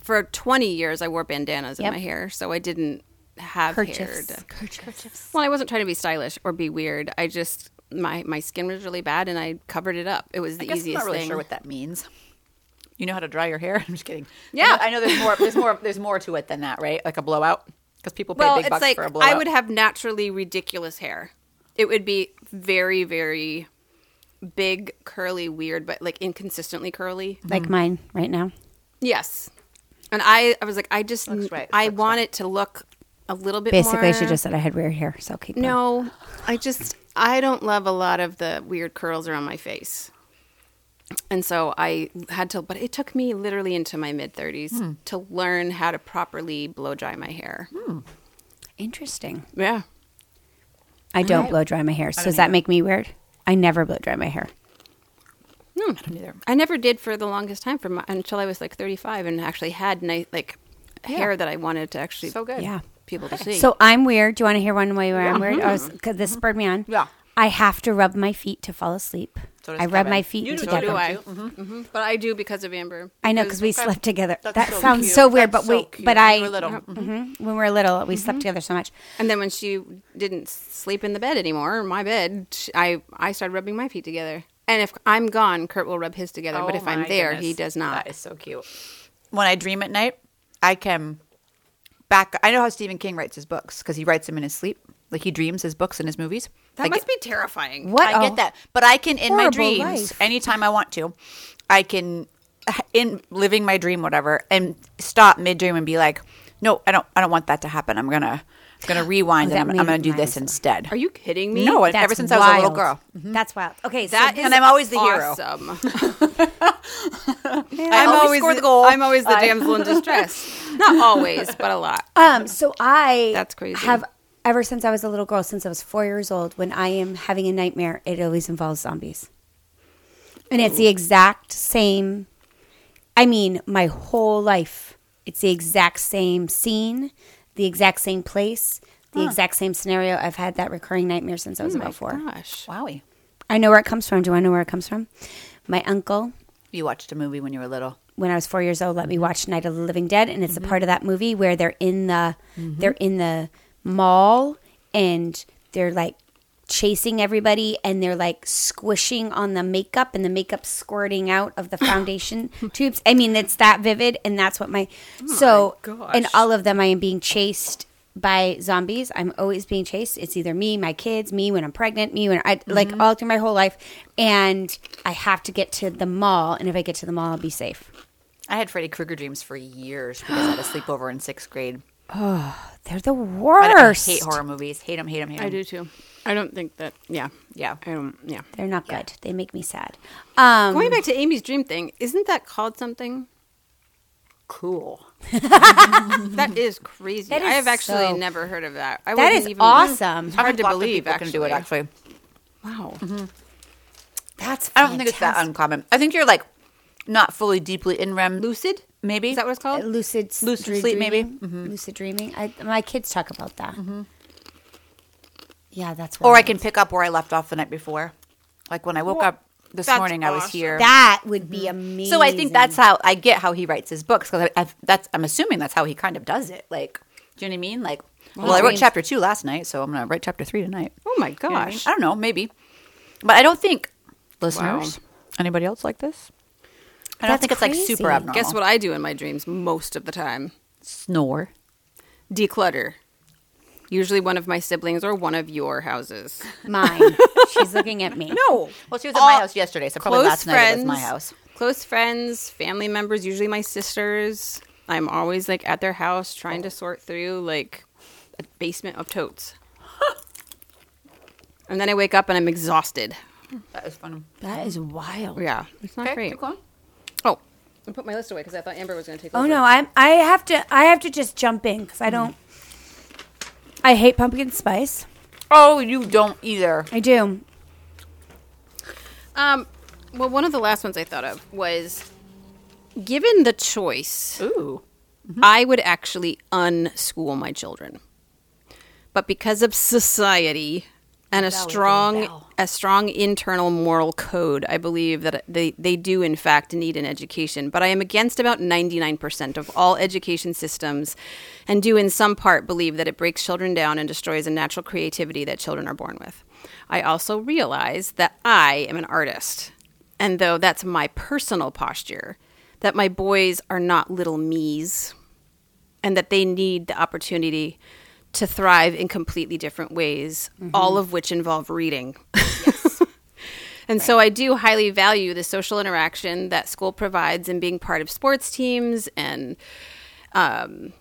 for 20 years, I wore bandanas
Yep.
in my hair, so I didn't have hair.
Kerchiefs.
to-
Kerchiefs.
Well, I wasn't trying to be stylish or be weird. I just, my, my skin was really bad and I covered it up. It was the
I guess I'm
easiest
not really
thing.
sure what that means. You know how to dry your hair? I'm just kidding.
Yeah.
I know there's more. There's more. There's more to it than that, right? Like a blowout, because people pay
well,
big
it's
bucks
like
for a blowout.
I would have naturally ridiculous hair. It would be very, very big, curly, weird, but like inconsistently curly.
Mm.
like mine right now.
Yes. And I, I was like, I just,
Looks right.
I
Looks
want it to look a little bit
Basically,
more.
she just said I had weird hair, so keep. going.
No, I just, I don't love a lot of the weird curls around my face. And so I had to, but it took me literally into my mid 30s
Hmm.
to learn how to properly blow dry my hair.
Interesting.
Yeah.
I don't blow dry my hair. So does that make me weird? I never blow dry my hair.
I don't either.
I never did for the longest time from until I was like 35 and actually had nice like hair that I wanted to actually
So good.
Yeah.
people to see.
So I'm weird. Do you want to hear one way where I'm weird? I was, cause this spurred me on.
Mm-hmm. Yeah.
I have to rub my feet to fall asleep.
So does
I rub
Kevin.
my feet
You do, so
together.
do I.
Don't
hmm But I do because of Amber.
I know because we slept together.
That's
that
so
sounds
cute.
so weird,
That's
but
so
we,
cute.
but
When
I,
you were little. Mm-hmm.
Mhm. when we were little, we slept together so much.
And then when she didn't sleep in the bed anymore, my bed, sh- I I started rubbing my feet together. And if I'm gone, Kurt will rub his together, but
Oh
if I'm
my
there,
goodness.
he does not.
That is so cute. When I dream at night, I can back. I know how Stephen King writes his books because he writes them in his sleep. Like he dreams his books in his movies.
That
Like,
must be terrifying.
What?
I
a
get that, but I can in my
horrible
dreams
life.
anytime I want to. I can in living my dream, whatever, and stop mid dream and be like, no, I don't, I don't want that to happen. I'm gonna, I'm gonna rewind
that
and I'm,
made
I'm gonna do
mine
this
also.
instead.
Are you kidding me?
No, ever
That's
since I was a little
wild.
girl. Mm-hmm.
That's wild. Okay, so
That
this-
is
And I'm always the hero.
awesome.
I
I'm
always
always
score
the
the goal.
I'm always the damsel in distress. Not always, but a lot.
Um, so I
That's crazy.
Have ever since I was a little girl, since I was four years old, when I am having a nightmare, it always involves zombies, and it's the exact same. I mean, my whole life, it's the exact same scene, the exact same place, the exact same scenario. I've had that recurring nightmare
Oh
since I was about four.
Gosh.
Wowie,
I know where it comes from. Do I know where it comes from? My uncle
you watched a movie when you were little.
when I was four years old, let me watch Night of the Living Dead, and it's a part of that movie where they're in the they're in the mall and they're like chasing everybody and they're like squishing on the makeup and the makeup squirting out of the foundation tubes. I mean, it's that vivid, and that's what my so in all of them, I am being chased by zombies. I'm always being chased. It's either me, my kids, me when I'm pregnant, me when I like all through my whole life, and I have to get to the mall. And if I get to the mall, I'll be safe.
I had Freddy Krueger dreams for years because I had a sleepover in sixth grade.
They're the
I-
worst.
I hate horror movies. Hate them. Hate them. Hate them.
I do too. I don't think that. Yeah,
Um, Yeah.
I don't. Yeah.
They're not good. They make me sad. Um,
Going back to Amy's dream thing, isn't that called something?
cool. Mm-hmm.
That is crazy.
That
I
is
have actually
so-
never heard of that. I
That
wouldn't
is
even,
awesome.
It's hard to
Lots of
believe.
people
Actually,
can do it. Actually, Mm-hmm.
Wow. Mm-hmm.
That's
I don't think it's that uncommon. I think you're like not fully deeply in REM, lucid. Maybe
Is that what it's called?
lucid
Lucid sleep, maybe? Mm-hmm.
dreaming. Lucid dreaming. I, my kids talk about that. Yeah, that's
Or I
wild.
can pick up where I left off the night before. Like when I woke
Well,
up this
that's
morning, I was
awesome.
here.
That would be amazing.
Mm-hmm. so I think that's how I get how he writes his books because I, I, that's I'm assuming that's how he kind of does it. Like, do you know what I mean? Like, well, I
I
wrote
mean-
chapter two last night, so I'm gonna write chapter three tonight.
Oh my
You know what I mean?
gosh.
I don't know, maybe, but I don't think listeners,
Wow.
anybody else like this. I don't
That's
think it's like super
crazy.
abnormal.
Guess what I do in my dreams most of the time?
Snore.
Declutter. Usually one of my siblings or one of your houses.
mine. She's looking at me.
No.
Well, she was at my
All-
house yesterday, so probably last night it was my house.
Close friends, family members, usually my sisters. I'm always like at their house trying to sort through like a basement of totes. and then I wake up and I'm exhausted.
That was fun.
That is wild.
Yeah. It's not great. Oh. I put my list away because I thought Amber was going to take
Oh
over.
no, I I have to I have to just jump in because I
Mm-hmm.
don't. I hate pumpkin spice.
Oh, you don't either.
I do.
Um, well, one of the last ones I thought of was given the choice,
Ooh.
I would actually unschool my children. But because of society and a
Bell, ring
strong
bell.
a strong internal moral code, I believe that they, they do in fact need an education. But I am against about ninety nine percent of all education systems and do in some part believe that it breaks children down and destroys a natural creativity that children are born with. I also realize that I am an artist. And though that's my personal posture, that my boys are not little me's and that they need the opportunity to thrive in completely different ways, all of which involve reading. And so I do highly value the social interaction that school provides and being part of sports teams. And um,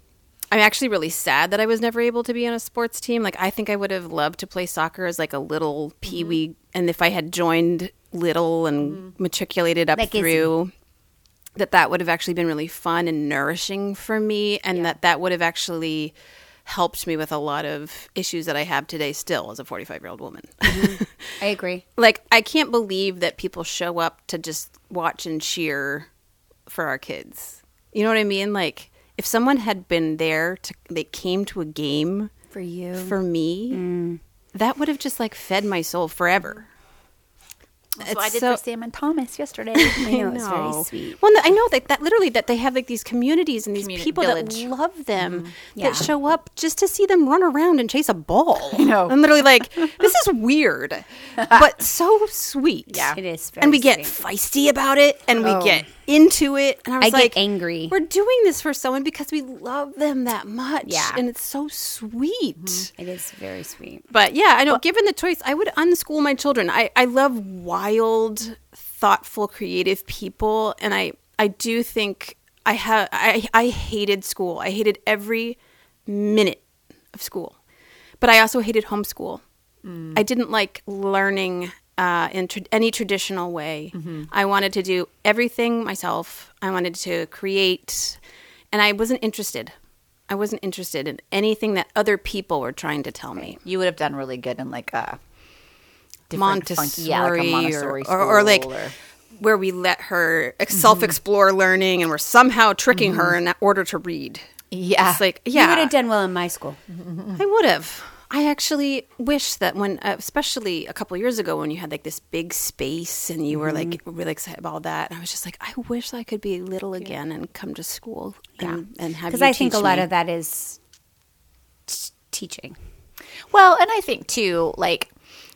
I'm actually really sad that I was never able to be on a sports team. Like I think I would have loved to play soccer as like a little pee wee, and if I had joined little and matriculated up
Like Izzy.
through. That that would have actually been really fun and nourishing for me, and that that would have actually helped me with a lot of issues that I have today still as a 45 year old woman.
I agree.
like I can't believe that people show up to just watch and cheer for our kids. You know what I mean? Like if someone had been there to they came to a game
For you.
for me,
Mm.
that would have just like fed my soul forever.
So I
It's
did
so-
for Sam and Thomas yesterday.
I know, it's very sweet.
Well, no, I know that, that literally that they have like these communities and these
Communi-
people
village.
that love them
Yeah.
that show up just to see them run around and chase a ball. I
know.
I'm literally like, this is weird, but so sweet.
Yeah.
It is
and we
very
get feisty about it, and we get into it. And I was
I get
like,
angry.
We're doing this for someone because we love them that much.
Yeah.
and it's so sweet.
It is very sweet.
But yeah, I know. given the choice, I would unschool my children. I, I love wild, thoughtful, creative people, and I I do think I have I I hated school. I hated every minute of school, but I also hated homeschool. I didn't like learning uh, in tra- any traditional way. I wanted to do everything myself. I wanted to create, and I wasn't interested. I wasn't interested in anything that other people were trying to tell me.
you would have done really good in like a different
Montessori,
funky- yeah, like a Montessori
or, or, or like
school or-
where we let her ex- self-explore learning and we're somehow tricking her in order to read.
Mm-hmm. Yeah.
It's like,
You
yeah,
would have done well in my school.
I would have. I actually wish that when, uh, especially a couple years ago, when you had like this big space and you were like
Mm-hmm.
really excited about that, and I was just like, I wish I could be little again and come to school and, and have.
Because
you
I think a
teach
lot
me.
of that is t- teaching.
Well, and I think too, like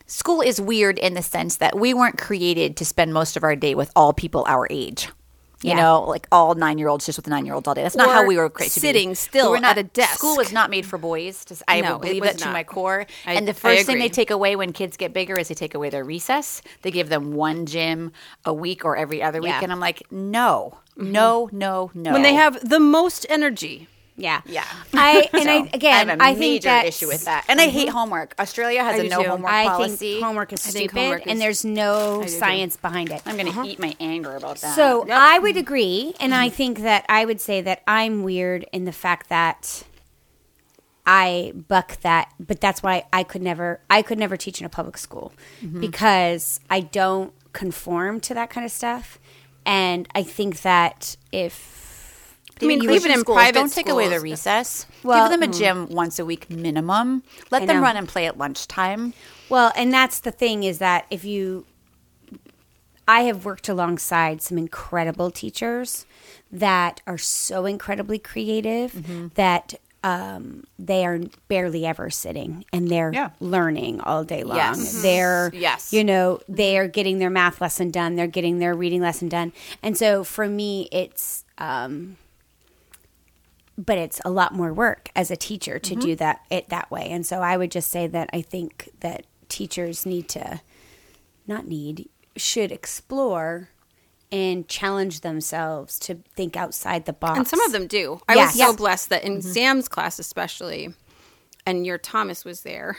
school is weird in the sense that we weren't created to spend most of our day with all people our age. You
Yeah.
know, like all nine year olds just with nine year olds all day. That's not how
Or
we were created. to be.
sitting still
we were
at
not,
a desk.
School was not made for boys. Just, I
No,
would believe
it was
that to
not.
my core.
I-
and
I
the first thing
agree.
they take away when kids get bigger is they take away their recess. They give them one gym a week or every other week,
Yeah. Mm-hmm.
and I'm like, no, no, no, no.
when they have the most energy.
Yeah.
Yeah.
I and I
So,
again
have
I,
a
think
major
that
issue with that, and I hate homework. Australia has
Mm-hmm. I
a
do
no
too.
homework
I
policy.
think homework is
think
stupid
homework is-
and there's no
do too.
science behind it.
I'm gonna
Uh-huh.
eat my anger about that.
So I would agree, and
Mm-hmm.
I think that I would say that I'm weird in the fact that I buck that, but that's why I could never, I could never teach in a public school
Mm-hmm.
because I don't conform to that kind of stuff, and I think that if
I mean,
You
even
should
in
schools,
private
don't take away their
schools. mm.
recess.
Well-
Give them a gym once a week minimum. Let
I
them
know.
run and play at lunchtime.
Well, and that's the thing is that if you, I have worked alongside some incredible teachers that are so incredibly creative
Mm-hmm.
that um, they are barely ever sitting and they're
Yeah.
learning all day long.
Yes. Mhm.
They're,
Mm-hmm. Yes. Mm-hmm.
you know, they are getting their math lesson done, they're getting their reading lesson done. And so for me, it's, um, but it's a lot more work as a teacher to
Mm-hmm.
do that it that way. And so I would just say that I think that teachers need to not need should explore and challenge themselves to think outside the box.
And some of them do. I
Yeah.
was so
Yes. Mm-hmm.
blessed that in Sam's class, especially, and your Thomas was there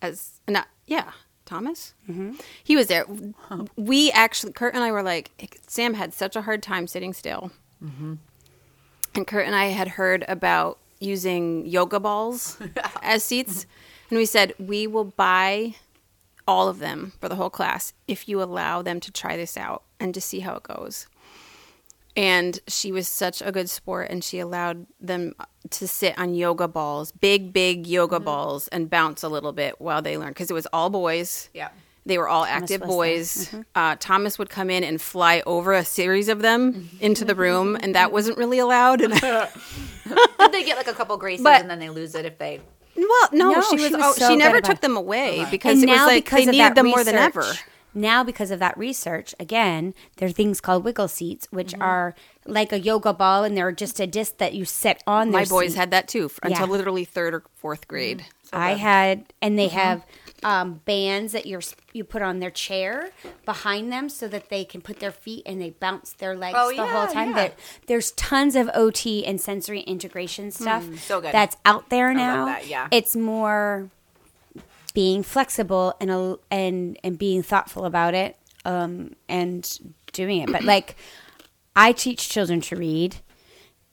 as, not, yeah, Thomas? Mm-hmm. He was there. We actually, Kurt and I were like, Sam had such a hard time sitting still. And Kurt and I had heard about using yoga balls as seats. And we said, we will buy all of them for the whole class if you allow them to try this out and to see how it goes and she was such a good sport and she allowed them to sit on yoga balls big big yoga balls and bounce a little bit while they learned because it was all boys
Yeah.
they were all active
was there.
boys uh, thomas would come in and fly over a series of them into the room and that wasn't really allowed and
they get like a couple graces
But-
and then they lose it if they.
well no,
No,
she was,
she was
oh,
so
she
good
never
about
took
it.
them away because
and
it was
now
like
because
they
of
needed
that
them
research,
more than ever
Now because of that research, again, there are things called wiggle seats, which
Mm-hmm.
are like a yoga ball, and they're just a disc that you sit on.
my
their
boys
seat.
had that too f- until
Yeah.
literally third or fourth grade
I had, and
Mm-hmm.
they have um, bands that you're you put on their chair behind them so that they can put their feet and they bounce their legs
Oh,
the
yeah,
whole time.
yeah.
That there's tons of OT and sensory integration stuff
Hmm, so good.
that's out there
I
now.
love that, yeah.
it's more being flexible and a, and and being thoughtful about it um, and doing it. But like, I teach children to read.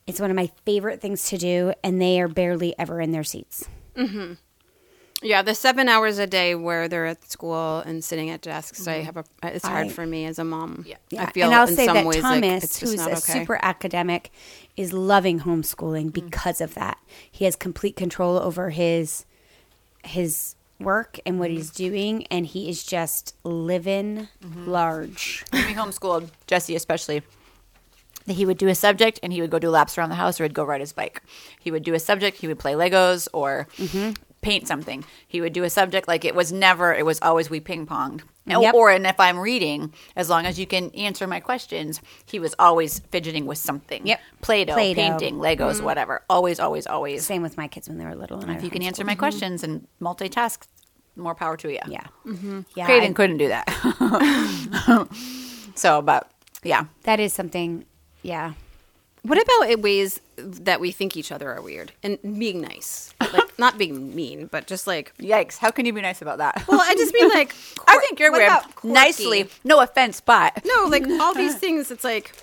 It's one of my favorite things to do, and they are barely ever in their seats.
Yeah, the seven hours a day where they're at school and sitting at desks, I have a. It's hard
I-
for me as a mom.
Yeah.
I
Yeah,
feel
and I'll
in
say
some
that
ways
Thomas,
like it's just
who's
not
a
okay. Mm.
super academic, is loving homeschooling because of that. He has complete control over his his work and
Mm.
what he's doing, and he is just living
Mm-hmm.
large.
We homeschooled Jesse especially. That he would do a subject and he would go do laps around the house or he'd go ride his bike. He would do a subject, he would play Legos or
Mm-hmm.
paint something. He would do a subject like it was never, it was always we ping ponged.
Yep.
Or and if I'm reading, as long as you can answer my questions, he was always fidgeting with something.
Yep.
Play-Doh,
Play-Doh. Mm-hmm.
painting, Legos, whatever. Always, always, always.
Same Mm-hmm. with my kids when they were little. And I
If you can answer my questions and multitask, more power to you.
yeah,
Mm-hmm.
yeah, I-
Caden couldn't do that. so, but yeah.
that is something. Yeah,
What about it ways that we think each other are weird and being nice, like not being mean, but just like.
Yikes. How can you be nice about that?
Well, I just mean like.
I
quir-
think you're
what
weird.
about quirky?
Nicely. No offense, but.
No, like all these things. It's like,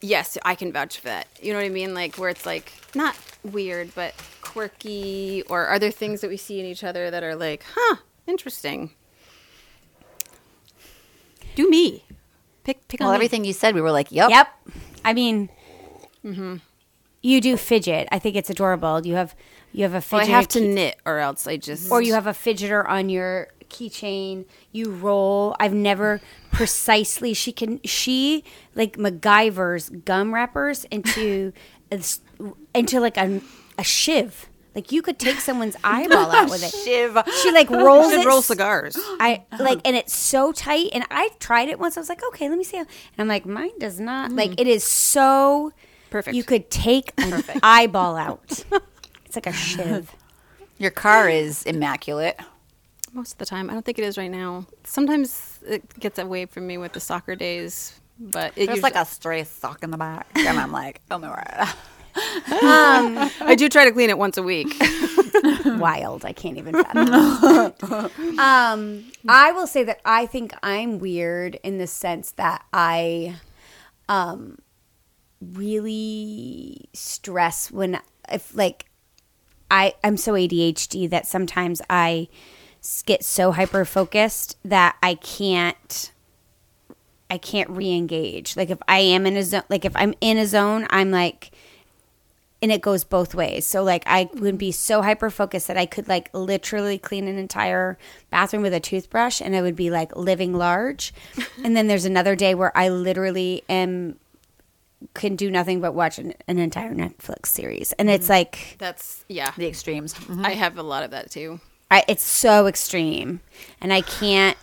yes, I can vouch for that. You know what I mean? Like where it's like not weird, but quirky, or other things that we see in each other that are like, huh, interesting. Do me. Pick pick
Well,
on me.
everything you said, we were like, yep.
Yep. I mean,
Mm-hmm.
you do fidget. I think it's adorable. You have you have a
Well, I
fidget.
have to knit, or else I just
or you have a fidgeter on your keychain you roll i've never precisely she can she like macgyver's gum wrappers into a s- into like a, a shiv like you could take someone's eyeball out with it
Shiv.
she like rolls
should
it
roll
s-
cigars. Uh-huh.
I like, and it's so tight. And I tried it once. I was like, okay, let me see. How. And I'm like, mine does not. Like, it is so
Mm. Perfect.
You could take an eyeball out. It's like a shiv.
Your car is immaculate.
Most of the time, I don't think it is right now. Sometimes it gets away from me with the soccer days, but it
There's
usually,
like a stray sock in the back. And I'm like, oh my word.
I do try to clean it once a week.
wild. I can't even fathom. um, I will say that I think I'm weird in the sense that I um, really stress when if like I I'm so ADHD that sometimes I s- get so hyper focused that I can't I can't re-engage. Like if I am in a zone, like if I'm in a zone, I'm like and it goes both ways. So like I would be so hyper focused that I could like literally clean an entire bathroom with a toothbrush and I would be like living large. and then there's another day where I literally am can do nothing but watch an, an entire Netflix series. And
Mm-hmm.
it's like
That's yeah.
the extremes. Mm-hmm.
I have a lot of that too.
I, it's so extreme and I can't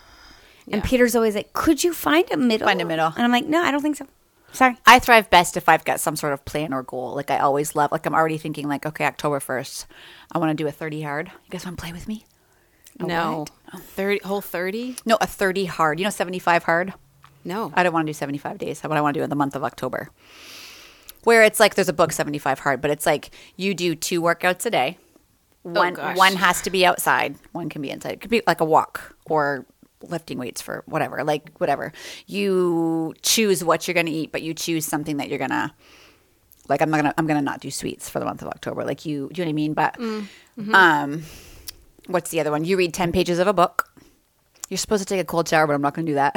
and
Yeah.
Peter's always like, "Could you find a middle?"
Find a middle.
And I'm like, "No, I don't think so." Sorry.
I thrive best if I've got some sort of plan or goal. Like I always love. Like I'm already thinking. Like okay, October first, I want to do a 30 yard. You guys want to play with me?
no, thirty whole thirty.
No, a 30 hard. You know, 75 hard.
No,
I don't want to do 75 days. What I want to do in the month of October, where it's like there's a book 75 hard, but it's like you do two workouts a day. One
gosh.
one has to be outside. One can be inside. It could be like a walk or lifting weights for whatever, like whatever. You choose what you're going to eat, but you choose something that you're going to like I'm not gonna I'm gonna not do sweets for the month of October. Like you, do you know what I mean? But um, what's the other one? You read ten pages of a book. You're supposed to take a cold shower, but I'm not gonna do that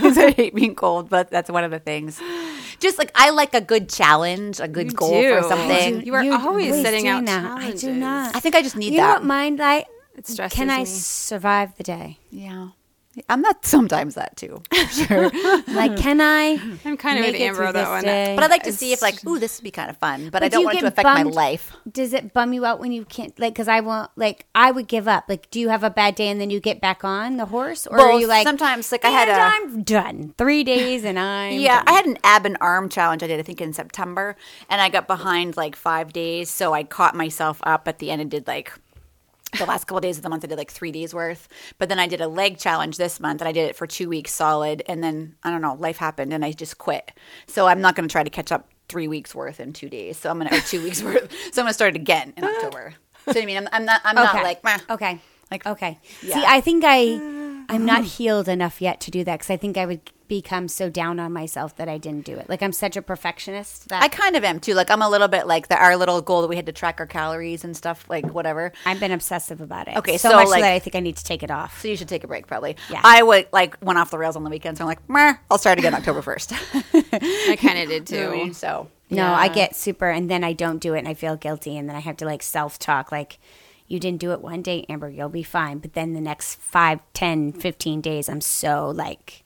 'Cause I hate being cold. But that's one of the things. Just like I like a good challenge, a good goal for
do.
something.
You are always setting
doing
out
that. I do
challenges.
not.
I think I just need
you
that.
don't mind like
It stresses
can I
me.
survive the day?
yeah, I'm not sometimes that too.
Like can I
I'm kind of
make
with
it
Amber
through
on that
this
one.
day?
But I like to see if like, ooh, this would be kind of fun. But, I
But do
don't
you
want it to
get
affect my
bummed-
life.
Does it bum you out when you can't like cuz I won't like I would give up. Like do you have a bad day and then you get back on the horse or are
Both.
you like
Sometimes, like, I had
"And
a-
I'm done. 3 days and I'm
Yeah,
done."
I had an ab and arm challenge I did, I think, in September, and I got behind like five days. So I caught myself up at the end and did like the last couple days of the month, I did like three days worth. But then I did a leg challenge this month, and I did it for two weeks solid. And then I don't know, life happened, and I just quit. So I'm not going to try to catch up three weeks worth in two days. So I'm going to, or two weeks worth. So I'm going to start it again in October. So I mean, I'm, I'm not, I'm not like, "Meh."
okay,
Like-
okay.
Yeah.
See, I think I, I'm not healed enough yet to do that because I think I would become so down on myself that I didn't do it. Like I'm such a perfectionist that
I kind of am too. Like I'm a little bit like the, our little goal that we had to track our calories and stuff, like whatever.
I've been obsessive about it.
Okay,
so,
so,
much
like-
that I think I need to take it off.
So you should take a break, probably.
Yeah.
I would like went off the rails on the weekends. I'm like, Meh, I'll start again October first.
I kind of did too.
so
No, I get super, and then I don't do it, and I feel guilty, and then I have to like self talk, like. You didn't do it one day, Amber. You'll be fine. But then the next five, ten, fifteen days, I'm so like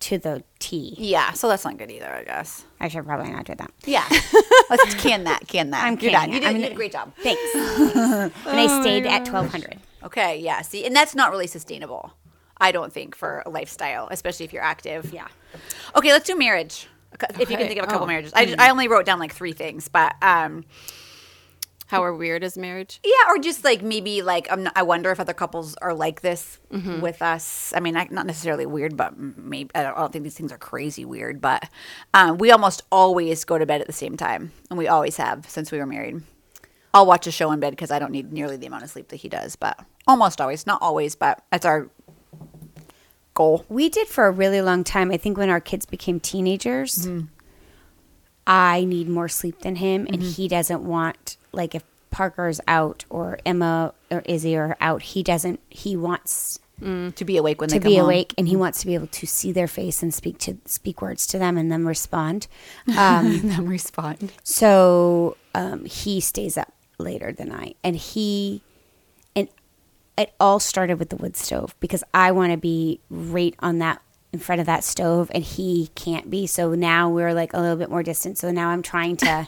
to the T.
yeah, so that's not good either, I guess.
I should probably not do that.
Yeah, let's can that, can that.
I'm
You're
kidding.
done. You did,
I'm
you
gonna-
did a great job.
Thanks. and I stayed at 1200.
Okay, yeah. See, and that's not really sustainable, I don't think, for a lifestyle, especially if you're active.
Yeah.
Okay, let's do marriage. If you can
Okay,
think of a couple
oh.
marriages, I,
Mm.
ju- I only wrote down like three things, but um,
How are weird is marriage?
Yeah, or just like maybe like I'm not, I wonder if other couples are like this
Mm-hmm.
with us. I mean, I, not necessarily weird, but m- maybe I don't, I don't think these things are crazy weird. But um, we almost always go to bed at the same time, and we always have since we were married. I'll watch a show in bed because I don't need nearly the amount of sleep that he does, but almost always, not always, but that's our goal.
We did for a really long time. I think when our kids became teenagers, I need more sleep than him, and he doesn't want like if Parker's out or Emma or Izzy are out, he doesn't. He wants
To be awake when
Mm. to
they come
be
home.
awake, and he wants to be able to see their face and speak to speak words to them, and then respond. Um,
and then respond.
So um, he stays up later than I, and he and it all started with the wood stove because I want to be right on that in front of that stove, and he can't be. So now we're like a little bit more distant. So now I'm trying to.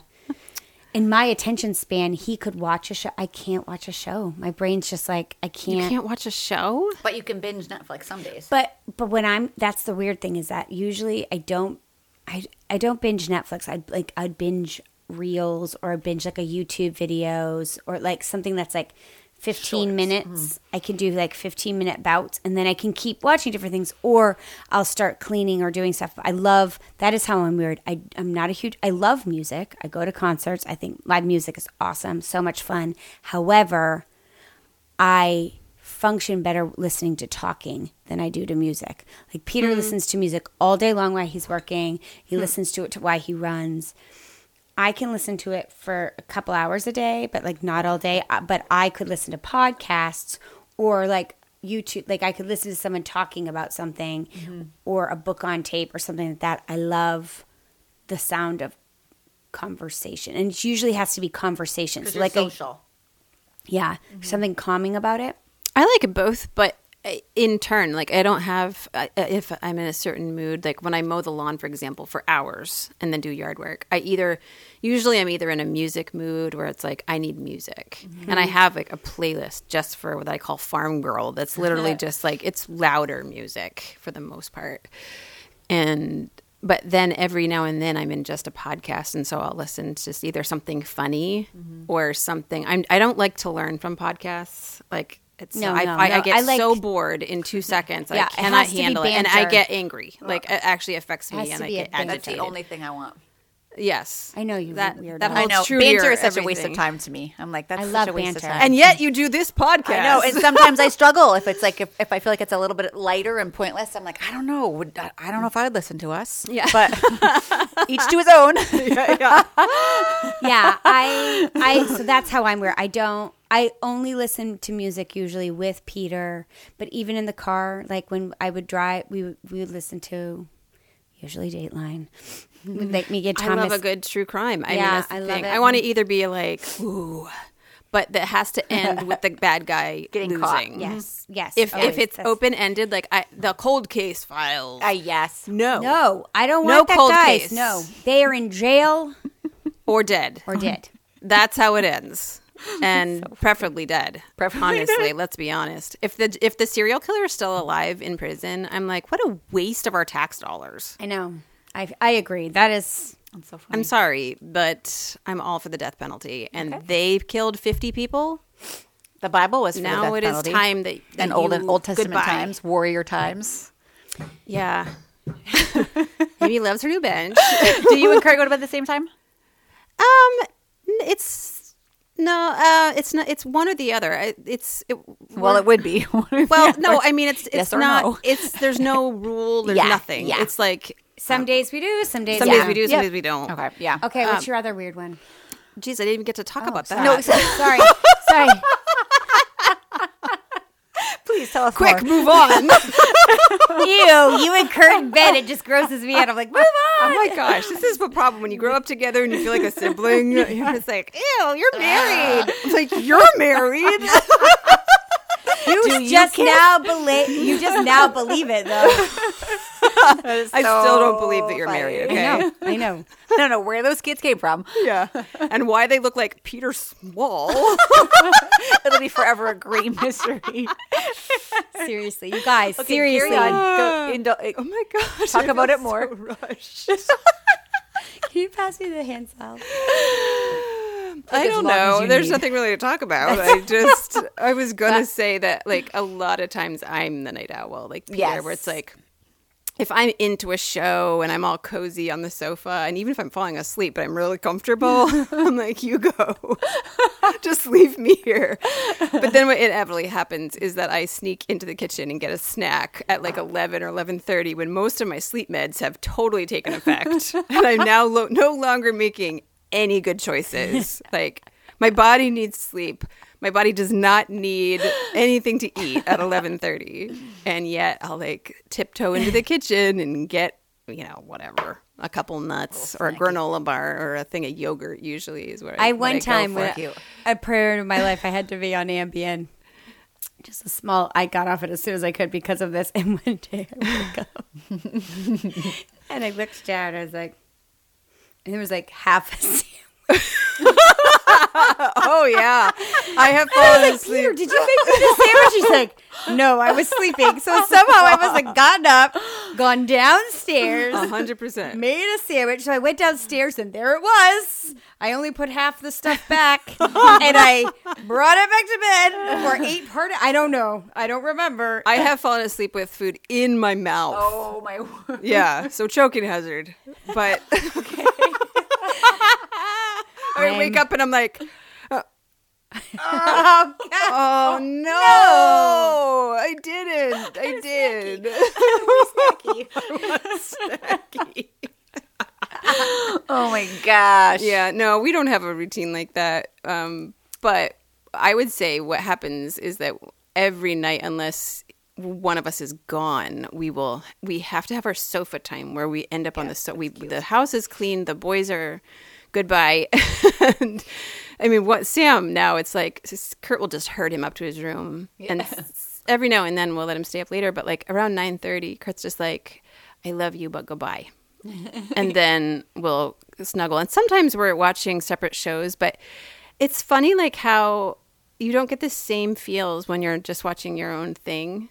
In my attention span, he could watch a show. I can't watch a show. My brain's just like I
You
can't.
can't watch a show.
But you can binge Netflix some days.
But but when I'm that's the weird thing is that usually I don't I I don't binge Netflix. I'd like I'd binge reels or I'd binge like a YouTube videos or like something that's like 15 minutes. I can do like 15 minute bouts and then I can keep watching different things or I'll start cleaning or doing stuff. I love that is how I'm weird. I, I'm not a huge, I love music. I go to concerts. I think live music is awesome, so much fun. However, I function better listening to talking than I do to music. Like Peter listens to music all day long while he's working, he listens to it to why he runs. I can listen to it for a couple hours a day, but like not all day. Uh, But I could listen to podcasts or like YouTube. Like I could listen to someone talking about something or a book on tape or something like that. I love the sound of conversation, and it usually has to be conversations,
like
like a,
social.
yeah, something calming about it.
I like it both, but I- in turn, like I don't have I- if I'm in a certain mood, like when I mow the lawn, for example, for hours and then do yard work. I either usually I'm either in a music mood where it's like I need music, and I have like a playlist just for what I call farm girl. That's literally just like it's louder music for the most part, and but then every now and then I'm in just a podcast, and so I'll listen to just either something funny or something. I'm I don't like to learn from podcasts. Like it's
No,
I,
no,
I,
no.
I get
I like-
so bored in two seconds.
Yeah,
I
it
cannot
has to be
handle it, and I
banter.
get angry. Like it actually affects
has
me,
to
and I
be a
get
banter.
That's the
agitated.
only thing I want.
yes,
I know you
That
weirdo.
that
I
I
holds
know
true.
banter
to
is such a waste of
everything.
time to me. I'm like that's
I
such
love
a waste of
banter.
time.
And yet you do this podcast.
I know, and sometimes I struggle if it's like if, if I feel like it's a little bit lighter and pointless. I'm like, I don't know, would I, I don't know if I would listen to us.
Yeah.
but each to his own.
yeah, I I so that's how I'm weird. I don't I only listen to music usually with Peter, but even in the car, like when I would drive, we would, we would listen to usually Dateline. Would make me get
I
Thomas.
love a good true crime. I
Yeah,
mean, that's the
I love
thing.
it.
I want to either be like, ooh, but that has to end with the bad guy
Getting
losing.
caught.
yes, yes.
Mm-hmm. If
always.
if it's
That's-
open ended, like I, the cold case files.
I yes,
no,
no, I don't
No
want that
cold
guys.
case.
No, they are in jail
or dead.
or dead.
That's how it ends, and preferably dead.
Preferably
honestly, let's be honest. If the if the serial killer is still alive in prison, I'm like, what a waste of our tax dollars.
I know. I I agree. That is
That's so funny.
I'm sorry, but I'm all for the death penalty, and they killed 50 people.
the Bible was for the
now
death
it is
penalty.
time that, that
in old
you-
and Old Testament
goodbye.
times, warrior times.
Yeah. Maybe loves her new bench.
Do you and Kurt go to bed at the same time?
Um, n- it's no, uh, it's not. It's one or the other. I- It's it,
Well, it would be.
well, no. I mean, it's it's
Yes or
not.
no?
It's there's no rule. There's
Yeah,
nothing.
yeah.
It's like
some days we do, some days
Uh, some
yeah.
days we do, some Um,
Yeah.
days we don't.
okay, yeah.
Okay, what's your other weird one?
Geez, I didn't even get to talk about that.
Oh, No,
Sorry, sorry.
please tell us
quick, move on. oh
Ew, you and Kurt in bed, it just grosses me out. I'm like, move on.
Oh my gosh, this is the problem when you grow up together and you feel like a sibling. You're just like, ew, you're married. It's like you're married.
You just now believe you just now believe it though.
I still don't believe that you're married. Okay.
I know, I know.
I don't know where those kids came from.
Yeah. And why they look like Peter Small.
It'll be forever a great mystery.
Seriously, you guys, seriously.
Carry on. Go, indul-
oh my gosh.
Talk
I
about
feel
it more.
so rushed.
Can you pass me the hand salve?
I don't
long as
know.
you
There's
need.
nothing really to talk about. I just I was gonna say that like a lot of times I'm the night owl, like Peter,
Yes.
where it's like if I'm into a show and I'm all cozy on the sofa, and even if I'm falling asleep, but I'm really comfortable, I'm like, you go. Just leave me here. But then what inevitably happens is that I sneak into the kitchen and get a snack at like 11 or 11.30 when most of my sleep meds have totally taken effect. and I'm now lo- no longer making any good choices. Like, my body needs sleep. My body does not need anything to eat at 11:30. And yet I'll like tiptoe into the kitchen and get, you know, whatever, a couple nuts or a granola bar or a thing of yogurt usually is what I
I
what
one
I go
time
for.
when a prayer in my life I had to be on Ambien. Just a small I got off it as soon as I could because of this and one day I woke up and I looked down I was like and there was like half a sandwich.
Oh yeah. I have fallen asleep.
Peter, did you make me the sandwich? She's like, no, I was sleeping. So somehow I must have gotten up, gone downstairs,
A hundred percent.
made a sandwich. So I went downstairs and there it was. I only put half the stuff back and I brought it back to bed or ate part of I don't know. I don't remember.
I have fallen asleep with food in my mouth.
Oh my word.
Yeah, so choking hazard. But I wake
I'm-
up and I'm like, uh,
Oh, God.
oh no, I didn't. I did.
Oh my gosh.
Yeah, no, we don't have a routine like that. Um, but I would say what happens is that every night, unless one of us is gone, we will we have to have our sofa time where we end up on the so we the house is clean, the boys are goodbye. and, I mean, what Sam now? It's like s- Kurt will just herd him up to his room, and s- every now and then we'll let him stay up later. But like around nine thirty, Kurt's just like, "I love you, but goodbye." and then we'll snuggle. And sometimes we're watching separate shows, but it's funny like how you don't get the same feels when you're just watching your own thing.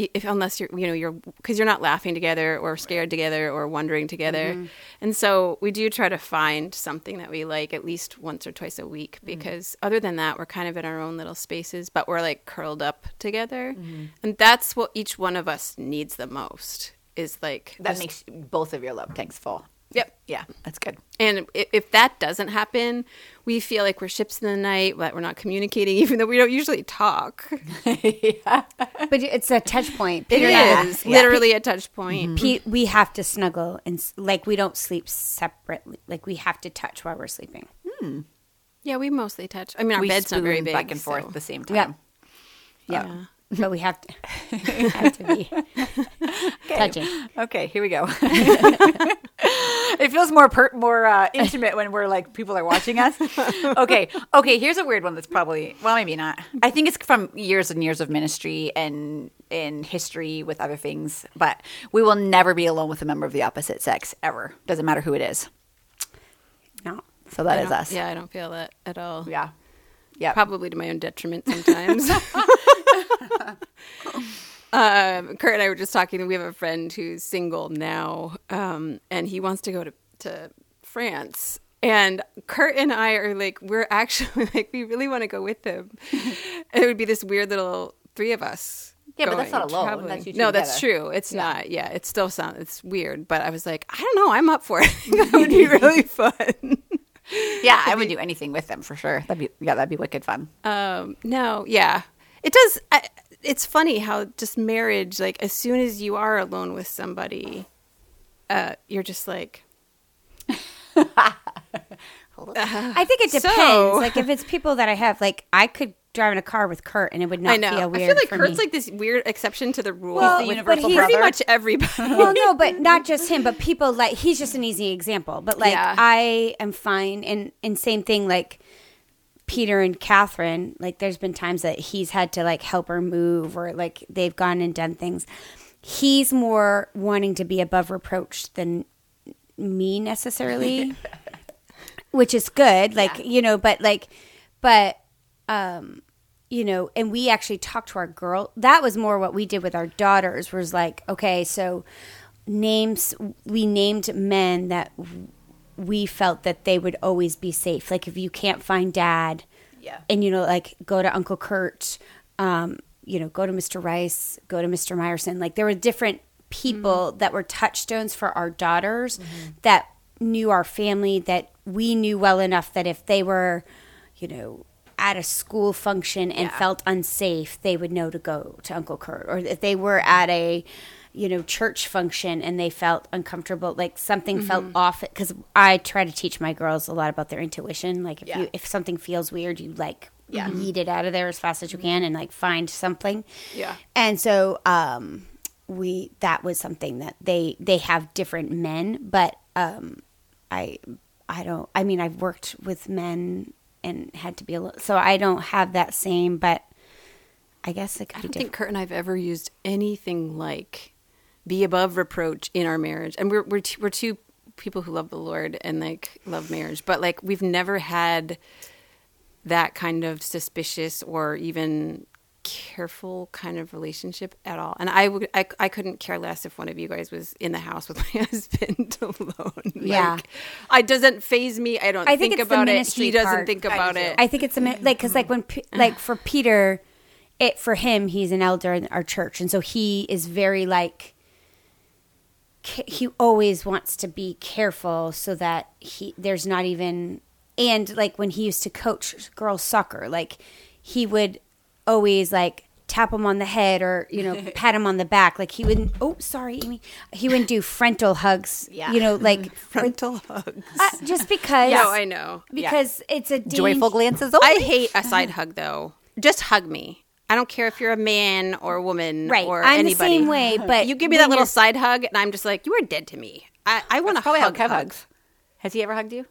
I- If, unless you're, you know, you're because you're not laughing together or scared together or wondering together, and so we do try to find something that we like at least once or twice a week. Because other than that, we're kind of in our own little spaces, but we're like curled up together, and that's what each one of us needs the most is like
That makes both of your love tanks full.
Yep.
Yeah, that's good.
And i- if that doesn't happen, we feel like we're ships in the night, but we're not communicating, even though we don't usually talk.
Um, But it's a touch point.
It is
Peter and I-
literally a touch
Mm-hmm.
point.
Pete, we have to snuggle and s- like we don't sleep separately. Like we have to touch while we're sleeping.
Yeah, we mostly touch. I mean, our
we
bed's not very
spoon
big.
back and forth uh,
so-
at the same
Yeah.
time.
Yeah. But we have to, have to be touching.
Okay, here we go. it feels more per- more uh, intimate when we're like people are watching us. Okay, okay. Here's a weird one that's probably well, maybe not. I think it's from years and years of ministry and in history with other things. But we will never be alone with a member of the opposite sex ever. Doesn't matter who it is.
No.
So that
I
is
don't-
us.
Yeah, I don't feel that at all.
yeah, yeah.
Probably to my own detriment sometimes. um, Kurt and I were just talking. We have a friend who's single now, um, and he wants to go to, to France. And Kurt and I are like, we're actually like, we really want to go with him. and it would be this weird little three of us.
Yeah, but that's
going,
not alone.
traveling.
That's you two
no, that's
together.
true. It's not. Yeah, it still sounds it's weird. But I was like, I don't know. I'm up for it. that would be really fun.
yeah, I would do anything with them for sure. That'd be yeah, that'd be wicked fun.
Um, no, yeah, it does. I, it's funny how just marriage, like as soon as you are alone with somebody, uh, you're just like,
I think it depends.
So-
Like if it's people that I have, like I could drive in a car with Kurt and it would not
I know.
feel
I
weird.
feel like
for
Kurt's
me.
like this weird exception to the rule.
Well,
with
but he's-
pretty
brother.
much everybody.
well, no, but not just him, but people like he's just an easy example. But like
Yeah.
I am fine, and and same thing like Peter and Catherine. Like there's been times that he's had to like help her move, or like they've gone and done things. He's more wanting to be above reproach than me necessarily, which is good. Like you know, but like, but um, you know, and we actually talked to our girl. That was more what we did with our daughters. Was like, okay, so names we named men that w- we felt that they would always be safe. Like if you can't find dad,
Yeah.
and you know, like go to Uncle Kurt, um, you know, go to Mr. Rice, go to Mr. Meyerson. Like there were different people that were touchstones for our daughters that knew our family that we knew well enough that if they were, you know, at a school function and felt unsafe, they would know to go to Uncle Kurt. Or if they were at a, you know, church function and they felt uncomfortable, like something felt off. Because I try to teach my girls a lot about their intuition. Like if
Yeah.
you if something feels weird, you like yeet it out of there as fast as you can and like find something.
Yeah.
And so um, we that was something that they they have different men, but um, I I don't. I mean, I've worked with men and had to be a little, so I don't have that same. But I guess it
I
could be
don't
different.
think Kurt and I've ever used anything like be above reproach in our marriage. And we're we're two, we're two people who love the Lord and like love marriage, but like we've never had that kind of suspicious or even careful kind of relationship at all. And I would I, I couldn't care less if one of you guys was in the house with my husband alone.
Yeah.
Like, I doesn't phase me. I don't
I think
think,
it's the
about it.
ministry
He doesn't
part.
think
I do
about
too.
it. Mm-hmm.
I think it's a min- like because like when P- like for Peter, it for him he's an elder in our church, and so he is very like ca- he always wants to be careful so that he there's not even and like when he used to coach girls soccer, like he would always like tap him on the head or you know pat him on the back like he wouldn't oh sorry amy he wouldn't do frontal hugs
Yeah.
you know like
frontal hug.
uh, just because
No, I know.
because it's a
Joyful
dang-
glances
I
only.
hate a side hug though. Just hug me. I don't care if you're a man or a woman
Right.
or
I'm the
anybody.
same way, but
you give me
when
that little
you're-
side hug, and I'm just like, you are dead to me. I, I want to
Probably how
hug.
Kev
hug.
hugs. Has he ever hugged you?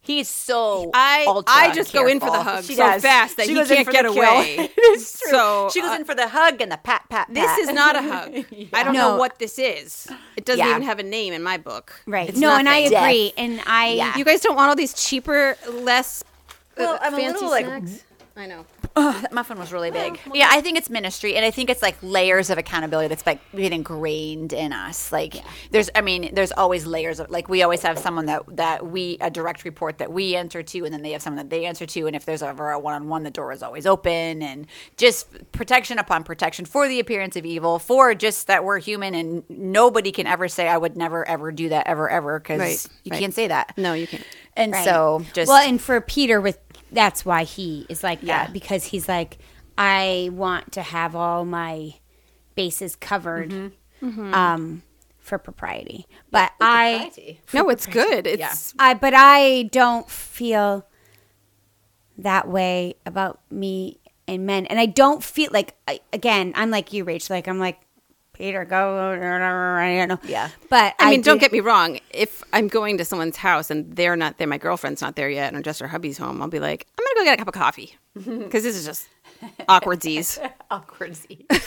He's so
I
ultra
I just go in for the
careful.
hug
She
so
does.
fast that
She
he
goes in
can't
for
get
the kill.
away.
it is true.
So,
she goes
uh,
in for the hug and the pat pat. pat.
This is not a hug. I don't know
No.
what this is. It doesn't
Yeah.
even have a name in my book.
Right.
It's
no, and I
nothing.
Death.
agree. And I
Yeah.
You guys don't want all these cheaper, less. uh,
Well, I'm a
fancy
little, like,
snacks? I know.
that muffin was really big. yeah, I think it's ministry, and I think it's like layers of accountability that's like been ingrained in us. Like, there's, I mean, there's always layers of like we always have someone that that we a direct report that we answer to, and then they have someone that they answer to, and if there's ever a one on one, the door is always open, and just protection upon protection for the appearance of evil, for just that we're human, and nobody can ever say I would never ever do that ever ever because
Right,
you
right.
can't say that.
No, you can't.
And so just
well, and for Peter, with that's why he is like
Yeah.
that because he's like, I want to have all my bases covered,
Mm-hmm.
Mm-hmm.
um, for propriety. But I,
Propriety.
No, it's good. It's
I, but I don't feel that way about me and men, and I don't feel like I, again. I'm like you, Rach. Like I'm like Peter. Go. I don't know.
Yeah.
But
I mean, don't
do-
get me wrong. If I'm going to someone's house and they're not there, my girlfriend's not there yet, and just her hubby's home, I'll be like, I'm gonna go get a cup of coffee because this is just awkward z's.
awkward.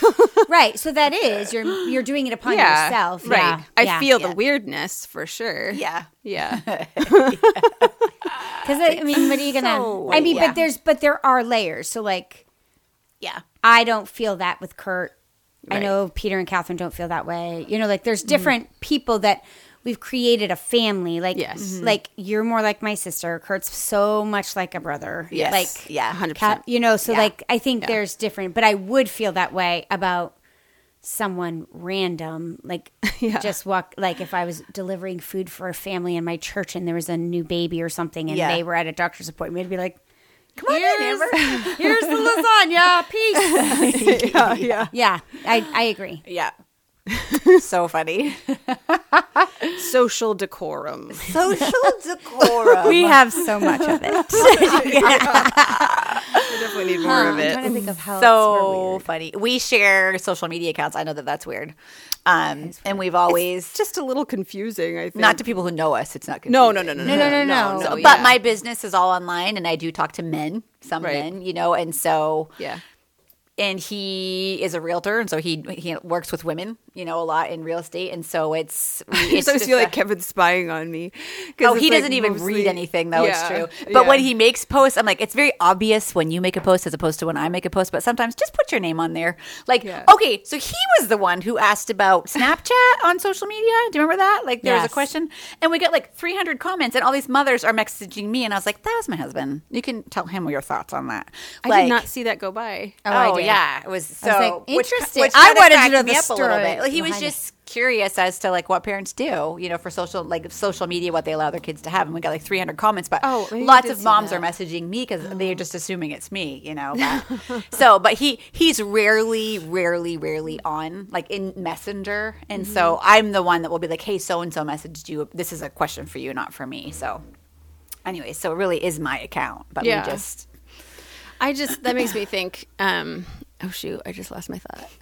right. So that is you're you're doing it upon yourself,
right?
Yeah,
I
yeah.
feel
yeah.
the weirdness for sure.
Yeah.
yeah.
Because I, I mean, what are you gonna?
So,
I mean,
yeah.
but there's but there are layers. So like,
Yeah.
I don't feel that with Kurt. I
Right.
know Peter and Catherine don't feel that way. You know, like
Mm-hmm.
there's different people that we've created a family. Like,
Yes. Mhm.
like you're more like my sister. Kurt's so much like a brother.
Yes.
like
yeah.
hundred
Cat,
percent.
you know, so
Yeah.
like I think there's different, but I would feel that way about someone random, like
Yeah.
just walk, like if I was delivering food for a family in my church and there was a new baby or something and
Yeah.
they were at a doctor's appointment, I'd be like, come
on in,
here's, here's the lasagna, peace.
yeah, yeah.
yeah, I, I agree.
Yeah. so funny.
Social decorum.
Social decorum.
We have so much of it.
We definitely need more of
I'm trying to
it.
think of how
so funny. We share social media accounts. I know that that's weird. Um, and we've always
It's just a little confusing. I think
not to people who know us. It's not
No,
confusing.
no, no, no,
No, no, no, no.
no,
But
yeah.
my business is all online, and I do talk to men, some
Right.
men, you know, and so
yeah.
and he is a realtor, and so he he works with women, you know, a lot in real estate, and so it's
I
it's
always
just
feel
a-
like Kevin's spying on me. 'Cause
Oh,
it's,
he
like,
doesn't even
mostly-
read anything, though.
Yeah,
it's true. But when
yeah.
he makes posts, I'm like, it's very obvious when you make a post as opposed to when I make a post. But sometimes just put your name on there. Like,
Yeah.
okay, so he was the one who asked about Snapchat on social media. Do you remember that? Like, there was
Yes.
a question, and we got like 300 comments, and all these mothers are messaging me, and I was like, that was my husband. You can tell him your thoughts on that.
I
Like-
did not see that go by.
Oh,
I did.
yeah, it was so
was like,
which-
interesting.
Which,
I
kinda
wanted to
cracked
know
me
the
up a little
story
bit. Like, he was
behind it.
just curious as to like what parents do, you know, for social like social media, what they allow their kids to have, and we got like 300 comments. But
Oh, maybe I
lots
did
of
see
moms
that.
are messaging me because they're just assuming it's me, you know. But, so, but he he's rarely, rarely, rarely on like in Messenger, and so I'm the one that will be like, hey, so and so messaged you. This is a question for you, not for me. So, anyway, so it really is my account, but
Yeah.
we just
I just that makes me think. Um, oh shoot, I just lost my thought.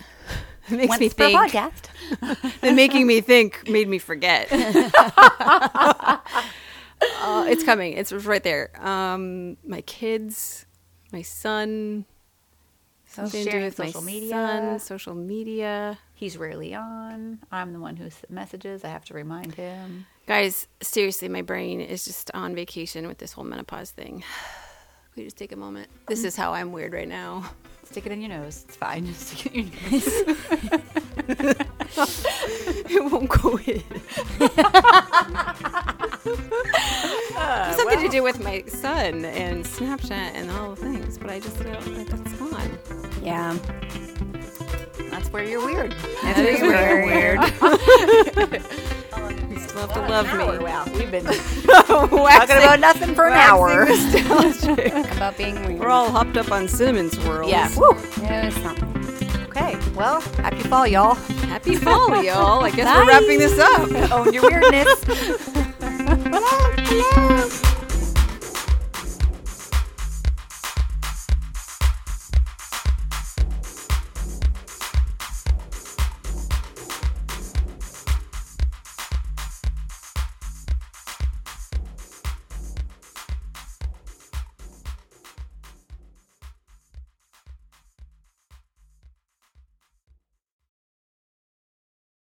It makes
went
me
for a
think.
podcast.
And making me think made me forget. Uh, it's coming. It's right there. Um, my kids, my son. Something to do
sharing
with
social
my
media.
son, social media.
He's rarely on. I'm the one who s- messages. I have to remind him.
Guys, seriously, my brain is just on
Mm-hmm.
vacation with this whole menopause thing. Could we just take a moment? This is how I'm weird right now.
Stick it in your nose. It's fine. Stick it in your nose.
It won't go in. something to do with my son and Snapchat and all the things, but I just don't like that's gone.
Yeah.
That's where you're weird.
That is weird.
weird.
You still have to love me.
Wow, we've been
Waxing-
talking about nothing for an hour.
About being weird.
We're all hopped up on cinnamon swirls.
Yeah.
Woo.
No, it's not.
Okay. Well, happy fall, y'all.
Happy fall, y'all. I guess we're wrapping this up.
Own your weirdness.
Hello. Hello.